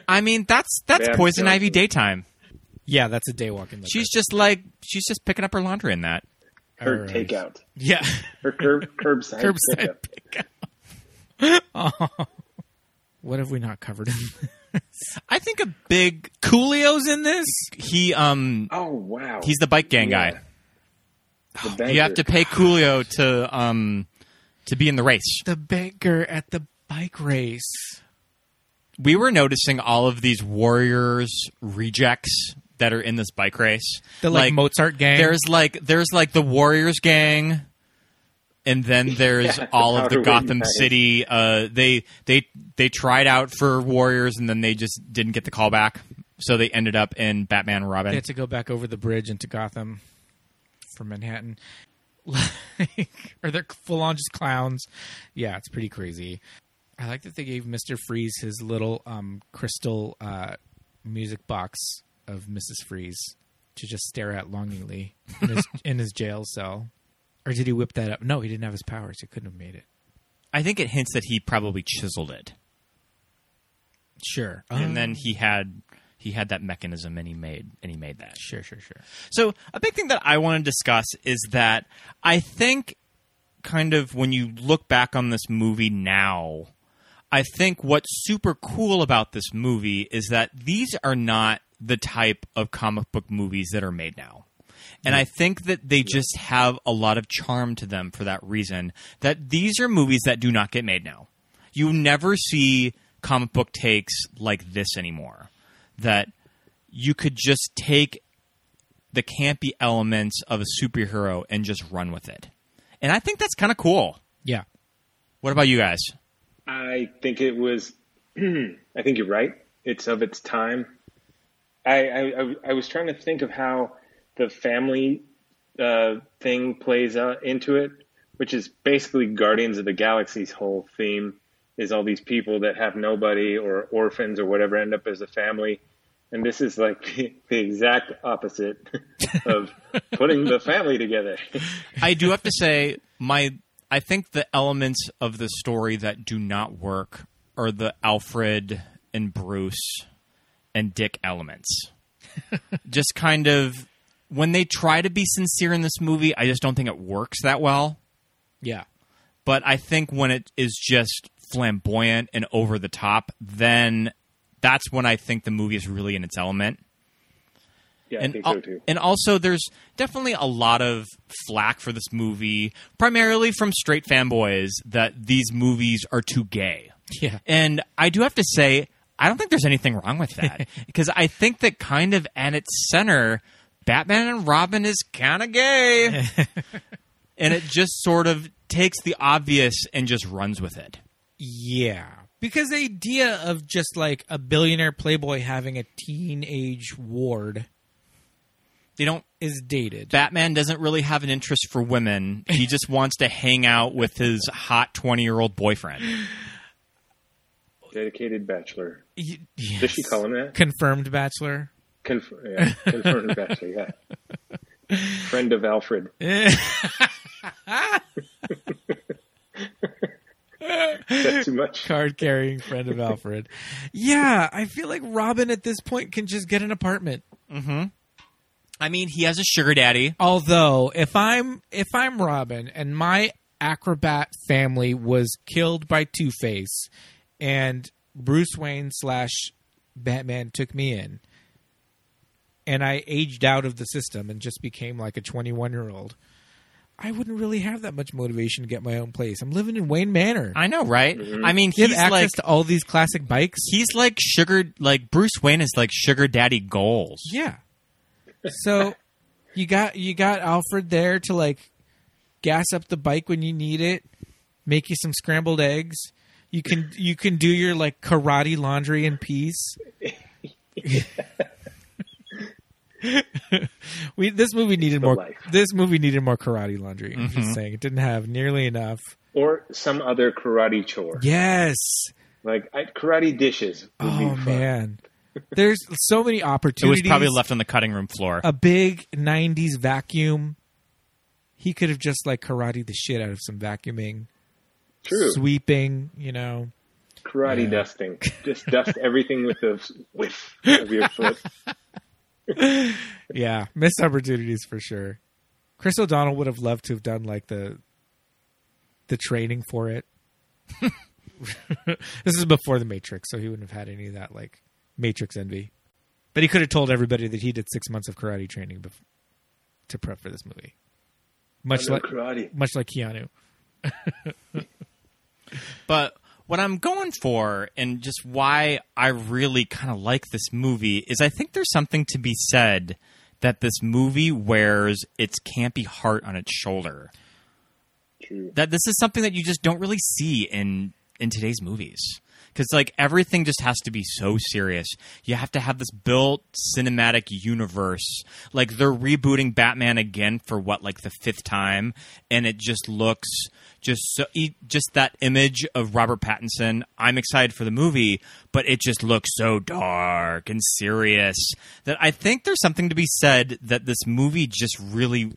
i mean that's that's Batman poison killed ivy her. daytime Yeah, that's a day walking. she's just like she's just picking up her laundry in that Her Alright. takeout. [LAUGHS] yeah Her curb, curbside, curbside pickup. pickup. [LAUGHS] oh, what have we not covered? I think a big Coolio's in this. he um Oh wow. he's the bike gang Yeah. guy. The banker. You have to pay Coolio to um to be in the race. The banker at the bike race. We were noticing all of these warriors rejects that are in this bike race. The like, Mozart gang. There's like there's like the warriors gang. And [LAUGHS] then there's Yeah, all the of the Powder Gotham Wind guys. City. Uh, they they they tried out for Warriors, and then they just didn't get the call back, so they ended up in Batman and Robin. they had to go back over the bridge into Gotham from Manhattan. [LAUGHS] Like, or they're full on just clowns. Yeah, it's pretty crazy. I like that they gave Mister Freeze his little um, crystal uh, music box of Mrs. Freeze to just stare at longingly in his, in his jail cell. Or did he whip that up? No, he didn't have his powers. He couldn't have made it. I think it hints that he probably chiseled it. Sure. and then he had he had that mechanism and he made and he made that. sure, sure, sure. So a big thing that I want to discuss is that I think kind of when you look back on this movie now, I think what's super cool about this movie is that these are not the type of comic book movies that are made now. And I think that they just have a lot of charm to them for that reason. That these are movies that do not get made now. You never see comic book takes like this anymore. That you could just take the campy elements of a superhero and just run with it. And I think that's kind of cool. Yeah. What about you guys? I think it was. [CLEARS THROAT] I think you're right. It's of its time. I I, I, I was trying to think of how the family uh, thing plays out into it, which is basically Guardians of the Galaxy's whole theme is all these people that have nobody or orphans or whatever end up as a family. And this is like [LAUGHS] the exact opposite [LAUGHS] of putting the family together. [LAUGHS] I do have to say my I think the elements of the story that do not work are the Alfred and Bruce and Dick [LAUGHS] elements. just kind of when they try to be sincere in this movie, I just don't think it works that well. Yeah. but I think when it is just flamboyant and over the top, then that's when I think the movie is really in its element. Yeah, I And, think al- so too. and also, there's definitely a lot of flack for this movie, primarily from straight fanboys, that these movies are too gay. Yeah. And I do have to say, I don't think there's anything wrong with that because I think that kind of at its center, Batman and Robin is kind of gay. and it just sort of takes the obvious and just runs with it. Yeah. Because the idea of just like a billionaire playboy having a teenage ward They don't is dated. Batman doesn't really have an interest for women. He just wants to hang out with his hot 20-year-old boyfriend. Dedicated bachelor. Y- yes. Does she call him that? Confirmed bachelor. Conf- yeah, confirmed bachelor, yeah. [LAUGHS] Friend of Alfred. Eh, That's too much. Card carrying friend of [LAUGHS] Alfred. yeah. I feel like Robin at this point can just get an apartment. I mean, he has a sugar daddy. Although if I'm if I'm Robin and my acrobat family was killed by Two Face, and Bruce Wayne slash Batman took me in, and I aged out of the system and just became like a twenty one year old. I wouldn't really have that much motivation to get my own place. I'm living in Wayne Manor. I know, right? I mean, You have Uh, he's access like to all these classic bikes. he's like sugar like Bruce Wayne is like sugar daddy goals. Yeah. So you got you got Alfred there to like gas up the bike when you need it, make you some scrambled eggs. You can you can do your like karate laundry in peace. [LAUGHS] we this movie needed the more life. this movie needed more karate laundry. I'm Mm-hmm. just saying it didn't have nearly enough. or some other karate chore. Yes. Like I, karate dishes would be Oh fun. man. There's so many It was opportunities. probably left on the cutting room floor. a big 90s vacuum. He could have just like karate the shit out of some vacuuming, True. sweeping, you know. Karate dusting. Just dust everything with the whiff [LAUGHS] of your foot. Yeah, missed opportunities for sure. Chris O'Donnell would have loved to have done like the the training for it. [LAUGHS] this is before the Matrix, so he wouldn't have had any of that like Matrix envy. But he could have told everybody that he did 6 months of karate training bef- to prep for this movie. Much No like karate. much like Keanu. But what I'm going for and just why I really kind of like this movie is I think there's something to be said that this movie wears its campy heart on its shoulder. True. That this is something that you just don't really see in in today's movies. Cuz like everything just has to be so serious. You have to have this built cinematic universe. Like they're rebooting Batman again for what like the fifth time and it just looks just so e- just that image of Robert Pattinson. I'm excited for the movie, but it just looks so dark and serious that I think there's something to be said that this movie just really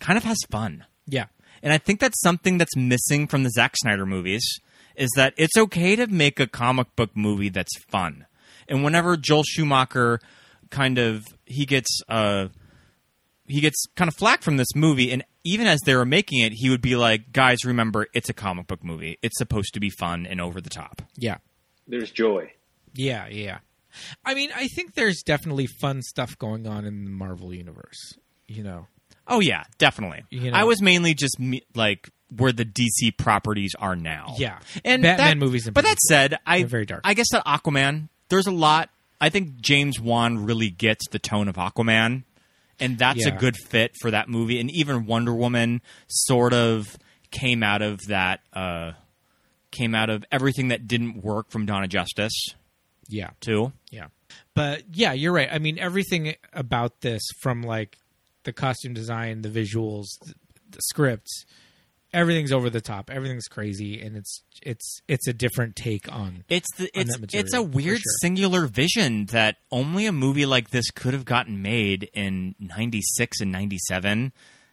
kind of has fun. Yeah. And I think that's something that's missing from the Zack Snyder movies is that it's okay to make a comic book movie that's fun. And whenever Joel Schumacher kind of he gets uh he gets kind of flack from this movie and even as they were making it he would be like guys remember it's a comic book movie it's supposed to be fun and over the top Yeah. There's joy. Yeah, yeah. I mean, I think there's definitely fun stuff going on in the Marvel universe. You know, oh yeah definitely You know. i was mainly just me- like where the dc properties are now Yeah. and Batman that- movies in but that said i They're very dark. i guess that aquaman there's a lot i think james wan really gets the tone of aquaman and that's Yeah. a good fit for that movie and even wonder woman sort of came out of that uh came out of everything that didn't work from donna justice yeah, too yeah. But yeah, you're right. I mean, everything about this, from like the costume design, the visuals, the, the scripts, everything's over the top. Everything's crazy, and it's it's it's a different take on. It's the on it's that material, it's for a weird sure. singular vision that only a movie like this could have gotten made in 96 and 97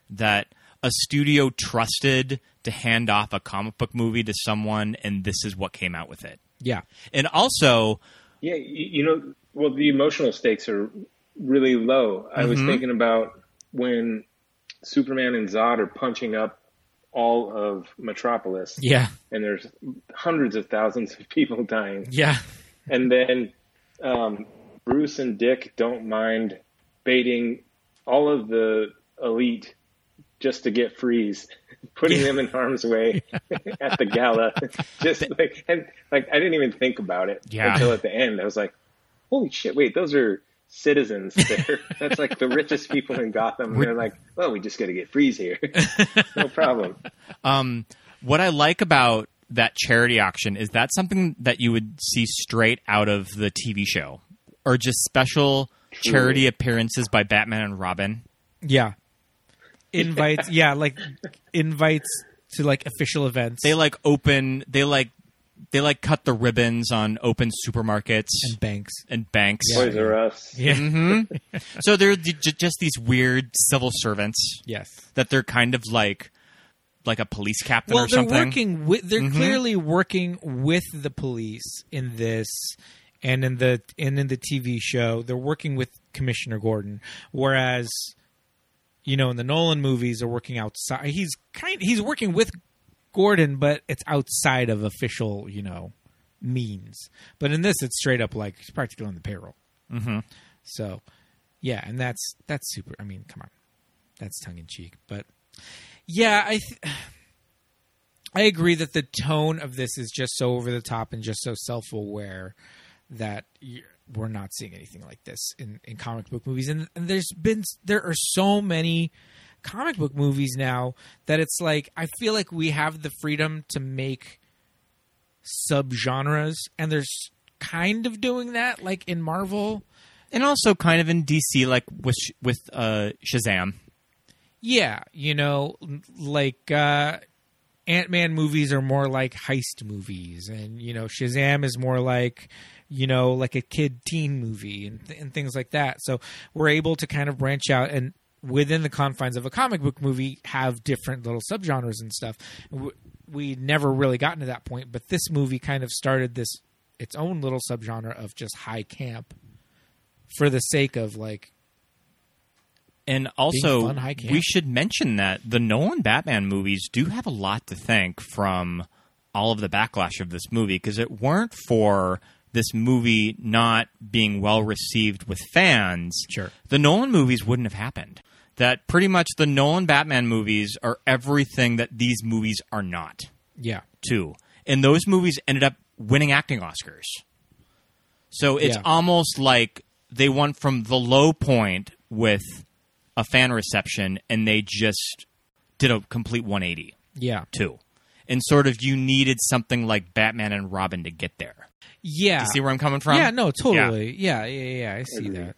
that a studio trusted to hand off a comic book movie to someone and this is what came out with it. Yeah, And also Yeah, you, you know, well, the emotional stakes are really low. I Mm-hmm. was thinking about when Superman and Zod are punching up all of Metropolis, yeah, and there's hundreds of thousands of people dying, yeah, and then um, Bruce and Dick don't mind baiting all of the elite just to get freeze, [LAUGHS] putting them in harm's way at the gala. just like and like I didn't even think about it Yeah. until at the end. I was like, "Holy shit! Wait, those are." Citizens, there. that's like the richest people in Gotham. And they're like, "Well, we just got to get freeze here, [LAUGHS] no problem." what I like about that charity auction is that something that you would see straight out of the TV show or just special charity appearances by Batman and Robin. yeah. Invites, yeah, like invites to like official events. they like open they like they like cut the ribbons on open supermarkets and and, banks. banks Boys are us. Yeah. so they're j- j- just these weird civil servants Yes. that they're kind of like like a police captain well, or something Mm-hmm. they're working with. They're clearly working with the police in this, and in the and in the TV show, they're working with Commissioner Gordon. Whereas you know, in the Nolan movies are working outside. He's kind he's working with Gordon, but it's outside of official, you know, means. But in this, it's straight up like he's practically on the payroll. Mm-hmm. So, yeah, and that's that's super. I mean, come on, that's tongue in cheek, but yeah, I th- [SIGHS] I agree that the tone of this is just so over the top and just so self aware that y we're not seeing anything like this in, in comic book movies. And, and there's been there are so many comic book movies now that it's like I feel like we have the freedom to make subgenres, and there's kind of doing that like in Marvel. and also kind of in DC, like with Sh- with uh, Shazam. Yeah, you know, like uh Ant-Man movies are more like heist movies and you know, Shazam is more like, you know, like a kid teen movie and th- and things like that. So we're able to kind of branch out and within the confines of a comic book movie have different little subgenres and stuff. W- We never really gotten to that point, but this movie kind of started this its own little subgenre of just high camp for the sake of like And Being also, fun, high camp. we should mention that the Nolan Batman movies do have a lot to thank from all of the backlash of this movie because it weren't for this movie not being well received with fans, Sure. the Nolan movies wouldn't have happened. That pretty much the Nolan Batman movies are everything that these movies are not, yeah. too. And those movies ended up winning acting Oscars. So it's Yeah. almost like they went from the low point with a fan reception and they just did a complete 180 Yeah. too. And sort of you needed something like Batman and Robin to get there. Yeah. You see where I'm coming from? Yeah, no, totally. Yeah, yeah, yeah. I see that.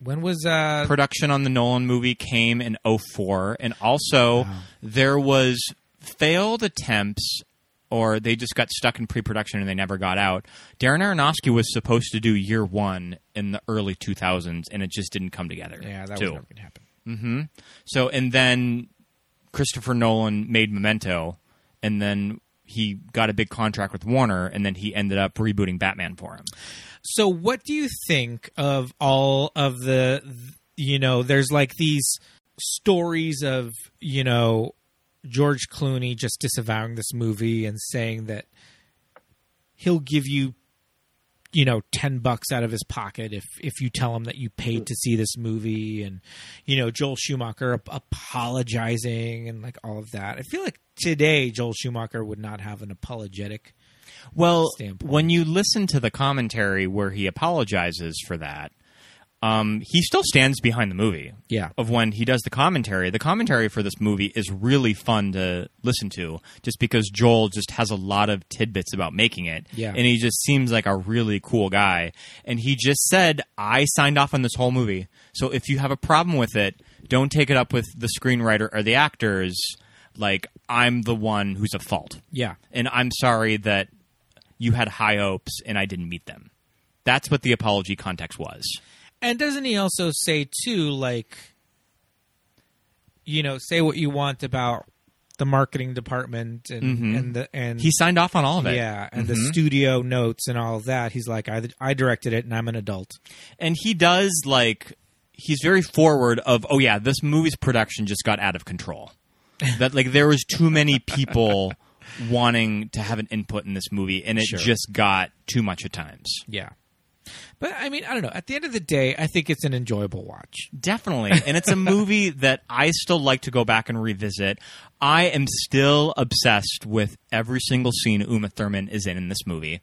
When was uh Production on the Nolan movie came in 04 and also there was failed attempts or they just got stuck in pre-production and they never got out. Darren Aronofsky was supposed to do year 1 in the early 2000s and it just didn't come together. Yeah, that too. was Mm-hmm. never gonna happen. So and then Christopher Nolan made Memento, and then he got a big contract with Warner, and then he ended up rebooting Batman for him. So what do you think of all of the you know, there's like these stories of, you know, George Clooney just disavowing this movie and saying that he'll give you you know 10 bucks out of his pocket if if you tell him that you paid to see this movie and you know Joel Schumacher ap- apologizing and like all of that. I feel like today Joel Schumacher would not have an apologetic. Well, standpoint. when you listen to the commentary where he apologizes for that, um, he still stands behind the movie. Yeah. Of when he does the commentary, the commentary for this movie is really fun to listen to, just because Joel just has a lot of tidbits about making it. Yeah. And he just seems like a really cool guy. And he just said, "I signed off on this whole movie, so if you have a problem with it, don't take it up with the screenwriter or the actors. Like I'm the one who's at fault." Yeah. and I'm sorry that you had high hopes and I didn't meet them. That's what the apology context was. And doesn't he also say too, like, you know, say what you want about the marketing department and and the and He signed off on all of it. yeah and the studio notes and all of that. He's like, I I directed it and I'm an adult. And he does like he's very forward of, oh yeah, this movie's production just got out [LAUGHS] of control. that like there was too many people wanting to have an input in this movie and it Sure. just got too much at times. Yeah. But I mean, I don't know. At the end of the day, I think it's an enjoyable watch. Definitely. And [LAUGHS] it's a movie that I still like to go back and revisit. I am still obsessed with every single scene Uma Thurman is in in this movie.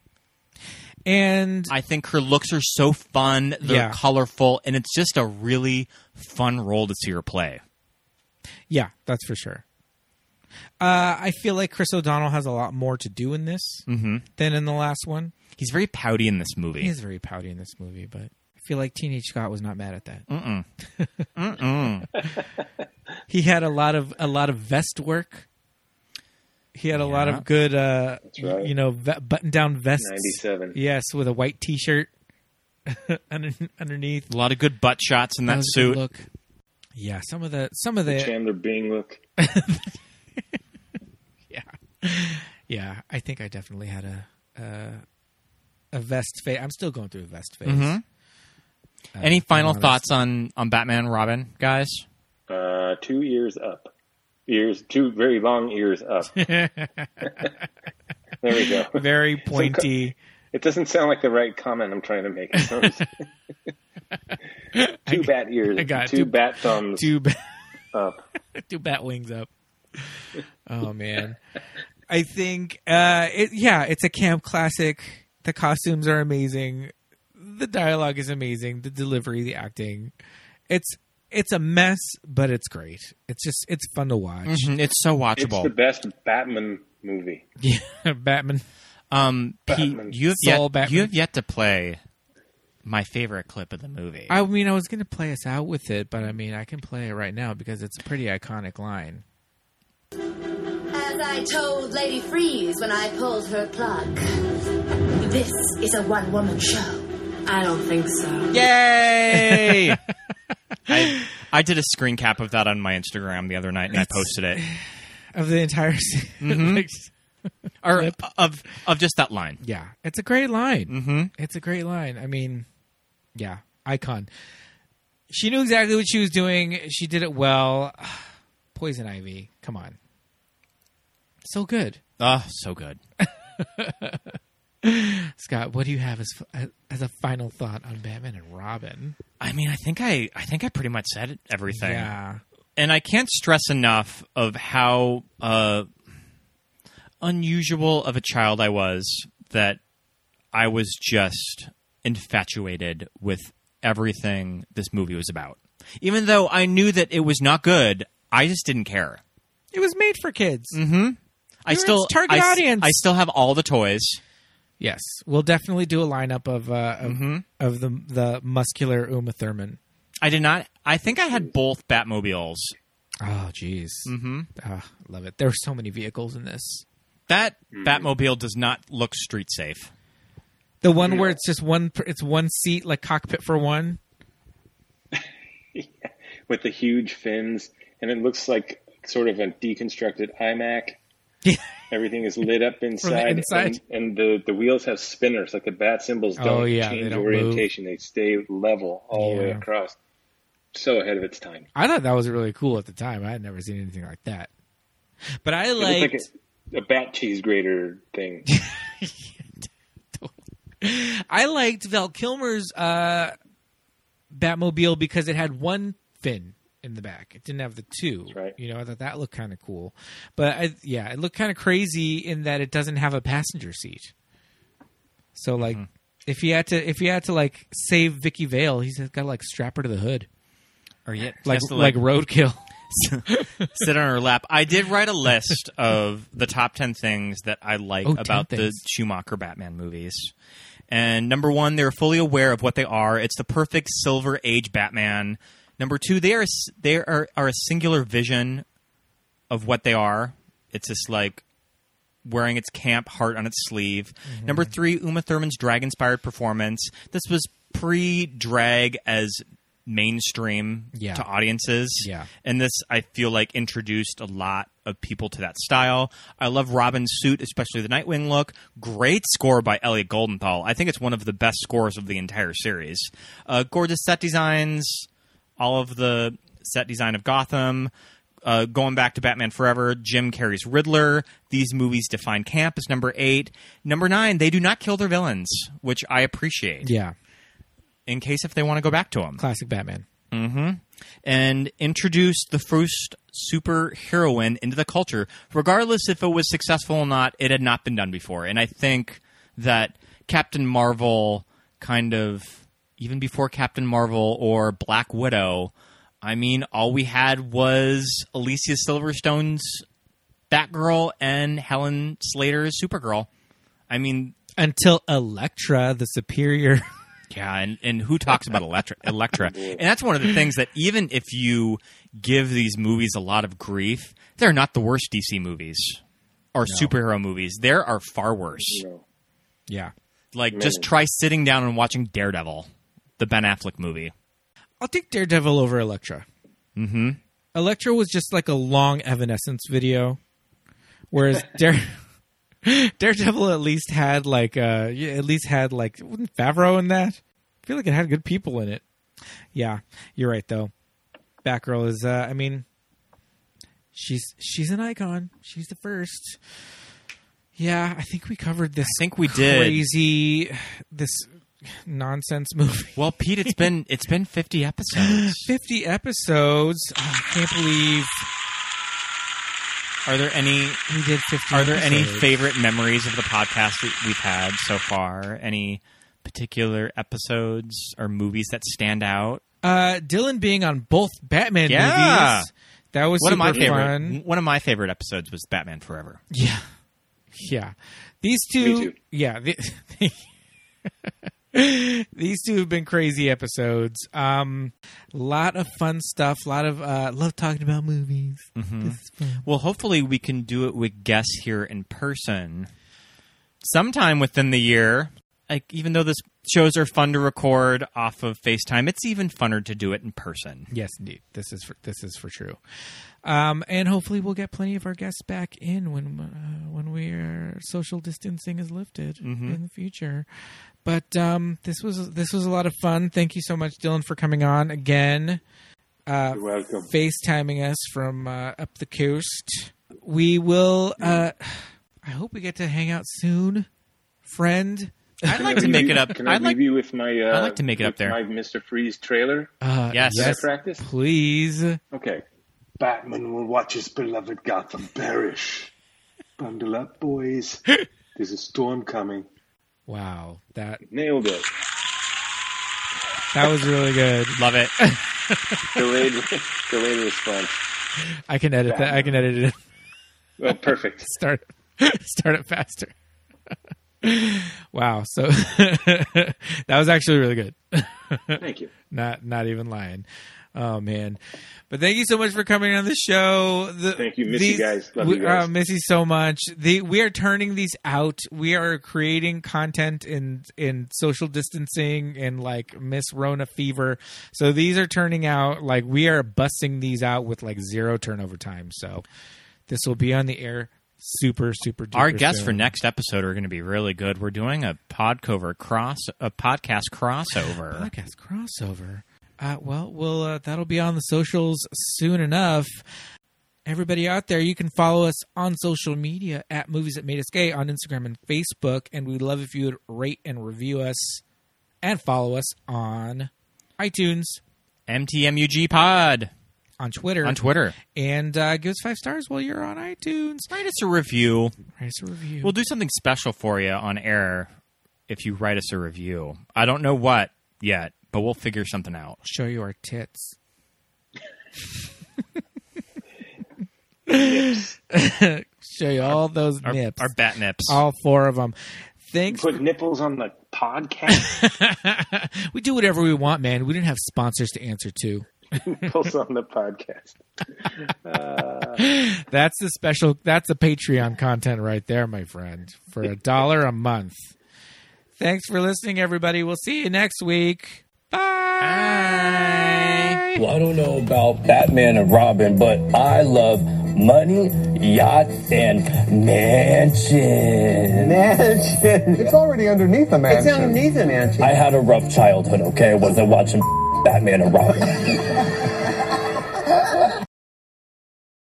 And I think her looks are so fun, they're Yeah. colorful, and it's just a really fun role to see her play. yeah, that's for sure. Uh, I feel like Chris O'Donnell has a lot more to do in this than in the last one. He's very pouty in this movie. He is very pouty in this movie, but I feel like Teenage Scott was not mad at that. Mm-mm. [LAUGHS] he had a lot of a lot of vest work. He had a lot Yeah. of good, uh, right. you know, ve- button-down vests. 97. Yes, with a white T-shirt [LAUGHS] under- underneath. a lot of good butt shots in that, That was a good suit. Look. Yeah, some of the some of the Chandler Bing look. Yeah, I think I definitely had a uh, a, a vest phase. I'm still going through a vest Mm-hmm. phase. Any final honest. thoughts on, on Batman Robin, guys? Uh, are two years up. Ears, two very long [LAUGHS] ears up. there we go. Very pointy. It doesn't sound like the right comment I'm trying to make. It [LAUGHS] sounds- two bat ears, I got two, two- bat thumbs Two ba- up. [LAUGHS] two bat wings up. Oh man, I think uh, it. Yeah, it's a camp classic. The costumes are amazing. The dialogue is amazing. The delivery, the acting. It's it's a mess, but it's great. It's just it's fun to watch. Mhm, It's so It's the watchable. best Batman movie. Yeah, [LAUGHS] Batman. Um, Pete, Batman. you have Saul yet Batman. you have yet to play my favorite clip of the movie. I mean, I was going to play us out with it, but I mean, I can play it right now because it's a pretty iconic line. As I told Lady Freeze when I pulled her plug, this is a one woman show. I don't think so. Yay! I, I did a screen cap of that on my Instagram the other night, and I [LAUGHS] posted it. [LAUGHS] Of the entire se- [LAUGHS] like, Or of of just that line. yeah, it's a great line. Mm-hmm. It's a great line. I mean, yeah, icon. She knew exactly what she was doing. She did it well. [SIGHS] Poison Ivy, come on, so good. Oh, so good. Scott, what do you have as f- uh, as a final thought on Batman and Robin? I mean, I think I I think I pretty much said everything. Yeah, and I can't stress enough of how uh, unusual of a child I was that I was just infatuated with everything this movie was about. Even though I knew that it was not good, I just didn't care. it was made for kids. I You're still its target I s- audience. I still have all the toys. Yes, we'll definitely do a lineup of uh, of, of the the muscular Uma Thurman. I did not. I think I had both Batmobiles. Oh, jeez, mm-hmm. love it. There are so many vehicles in this. That Batmobile does not look street safe. The one where it's just one, per- it's one seat, like cockpit for one. with the huge fins, and it looks like sort of a deconstructed iMac. [LAUGHS] Everything is lit up inside, inside. And, and the, the wheels have spinners. Like the bat symbols don't Oh, yeah, they change don't orientation; they stay level all the way Yeah. across. So ahead of its time. I thought that was really cool at the time. I had never seen anything like that. But I It looks liked. like a, a bat cheese grater thing. I liked Val Kilmer's uh, Batmobile because it had one fin in the back. It didn't have the two. right. You know, I thought that looked kind of cool. But I, yeah, it looked kind of crazy in that it doesn't have a passenger seat. So like, if he had to, if he had to like save Vicky Vale, he's got to like strap her to the hood, Or yet, like like roadkill. sit on her lap. I did write a list of the top 10 things that I like Oh, 10 about the things. Schumacher Batman movies. And number one, they're fully aware of what they are. It's the perfect silver age Batman. Number two, they are they are, are a singular vision of what they are. It's just like wearing its camp heart on its sleeve. Mm-hmm. Number three, Uma Thurman's drag inspired performance. This was pre drag as mainstream Yeah. to audiences. Yeah. And this, I feel like, introduced a lot of people to that style. I love Robin's suit, especially the Nightwing look. Great score by Elliot Goldenthal. I think it's one of the best scores of the entire series. Uh, gorgeous set designs, all of the set design of Gotham. Uh, going back to Batman Forever, Jim Carrey's Riddler. These movies define camp as number eight. Number nine, they do not kill their villains, which I appreciate. [LAUGHS] yeah, In case if they want to go back to them classic Batman. and introduced the first superheroine into the culture. Regardless if it was successful or not, it had not been done before. And I think that Captain Marvel kind of even before Captain Marvel or Black Widow, I mean, all we had was Alicia Silverstone's Batgirl and Helen Slater's Supergirl. I mean, Until Elektra, the superior. [LAUGHS] yeah, and, and who talks about Electra? Electra, and that's one of the things that even if you give these movies a lot of grief, they're not the worst DC movies or superhero movies. There are far worse. You know, yeah. Like just try sitting down and watching Daredevil, the Ben Affleck movie. I'll take Daredevil over Elektra. Mm-hmm. Elektra was just like a long Evanescence video, [LAUGHS] whereas Dare. Daredevil at least had like uh yeah, at least had like wasn't Favreau in that? I feel like it had good people in it. Yeah, you're right though. Batgirl is uh I mean She's she's an icon. She's the first. Yeah, I think we covered this. I think we did. crazy, this nonsense [LAUGHS] movie. Well, Pete, it's been it's been fifty episodes. Fifty episodes. Oh, I can't believe Are there any we did fifty. Are there any episodes. favorite memories of the podcast that we've had so far? Any particular episodes or movies that stand out? Uh, Dylan being on both Batman Yeah. movies. That was One of super my favorite Mm-hmm. fun. one of my favorite episodes was Batman Forever. [LAUGHS] Yeah. Yeah. These two. too. Yeah. the- [LAUGHS] these two have been crazy episodes. Um, lot of fun stuff. A lot of uh, love talking about movies. Mm-hmm. This is fun. Well, hopefully we can do it with guests here in person sometime within the year. Like even though this shows are fun to record off of FaceTime, it's even funner to do it in person. Yes, indeed. This is for, this is for true. Um, and hopefully we'll get plenty of our guests back in when uh, when we're social distancing is lifted in the future. But um, this was this was a lot of fun. Thank you so much, Dylan, for coming on again. You're welcome. FaceTiming us from uh, up the coast. We will. Uh, I hope we get to hang out soon, friend. I'd like to make it up. Can I I'd leave like you with my? Uh, I'd like to make it up with there. My Mr. Freeze trailer. Uh, Yes. Did I practice? please. Okay. Batman will watch his beloved Gotham perish. Bundle up, [LAUGHS] boys. There's a storm coming. Wow that Nailed it. that was really good. love [LAUGHS] it. Delayed, [LAUGHS] delayed response. I can edit that. I can edit it. Oh, perfect. [LAUGHS] [LAUGHS] start start it faster. [LAUGHS] wow, so [LAUGHS] that was actually really good. Thank you. Not not even lying. Oh man. But thank you so much for coming on the show. The, Thank you. Miss you guys. Love we, you guys. uh, miss you so much. The, we are turning these out. We are creating content in in social distancing and like Miss Rona fever. So these are turning out like we are busting these out with like zero turnover time. So this will be on the air super super duper Our guests for soon. next episode are going to be really good. We're doing a podcover cross a podcast crossover. podcast crossover. Uh, well, we'll uh, that'll be on the socials soon enough. Everybody out there, you can follow us on social media at Movies That Made Us Gay on Instagram and Facebook, and we'd love if you would rate and review us and follow us on iTunes, MTMUG Pod on Twitter, on Twitter. and uh, give us five stars while you're on iTunes. Write us a review. Write us a review. We'll do something special for you on air if you write us a review. I don't know what yet, but we'll figure something out. show you our tits. [LAUGHS] [LAUGHS] show you all those Our, nips. our bat nips. all four of them. Thanks. Put nipples on the [LAUGHS] podcast. we do whatever we want, man. We didn't have sponsors to answer to. nipples on the podcast. That's the special. That's the Patreon content right there, my friend. For a dollar a month. Thanks for listening, everybody. We'll see you next week. Bye. Well, I don't know about Batman and Robin, but I love money, yachts, and mansion. Mansion. It's already underneath a mansion. [LAUGHS] It's underneath a mansion. I had a rough childhood, okay? I wasn't watching Batman and Robin.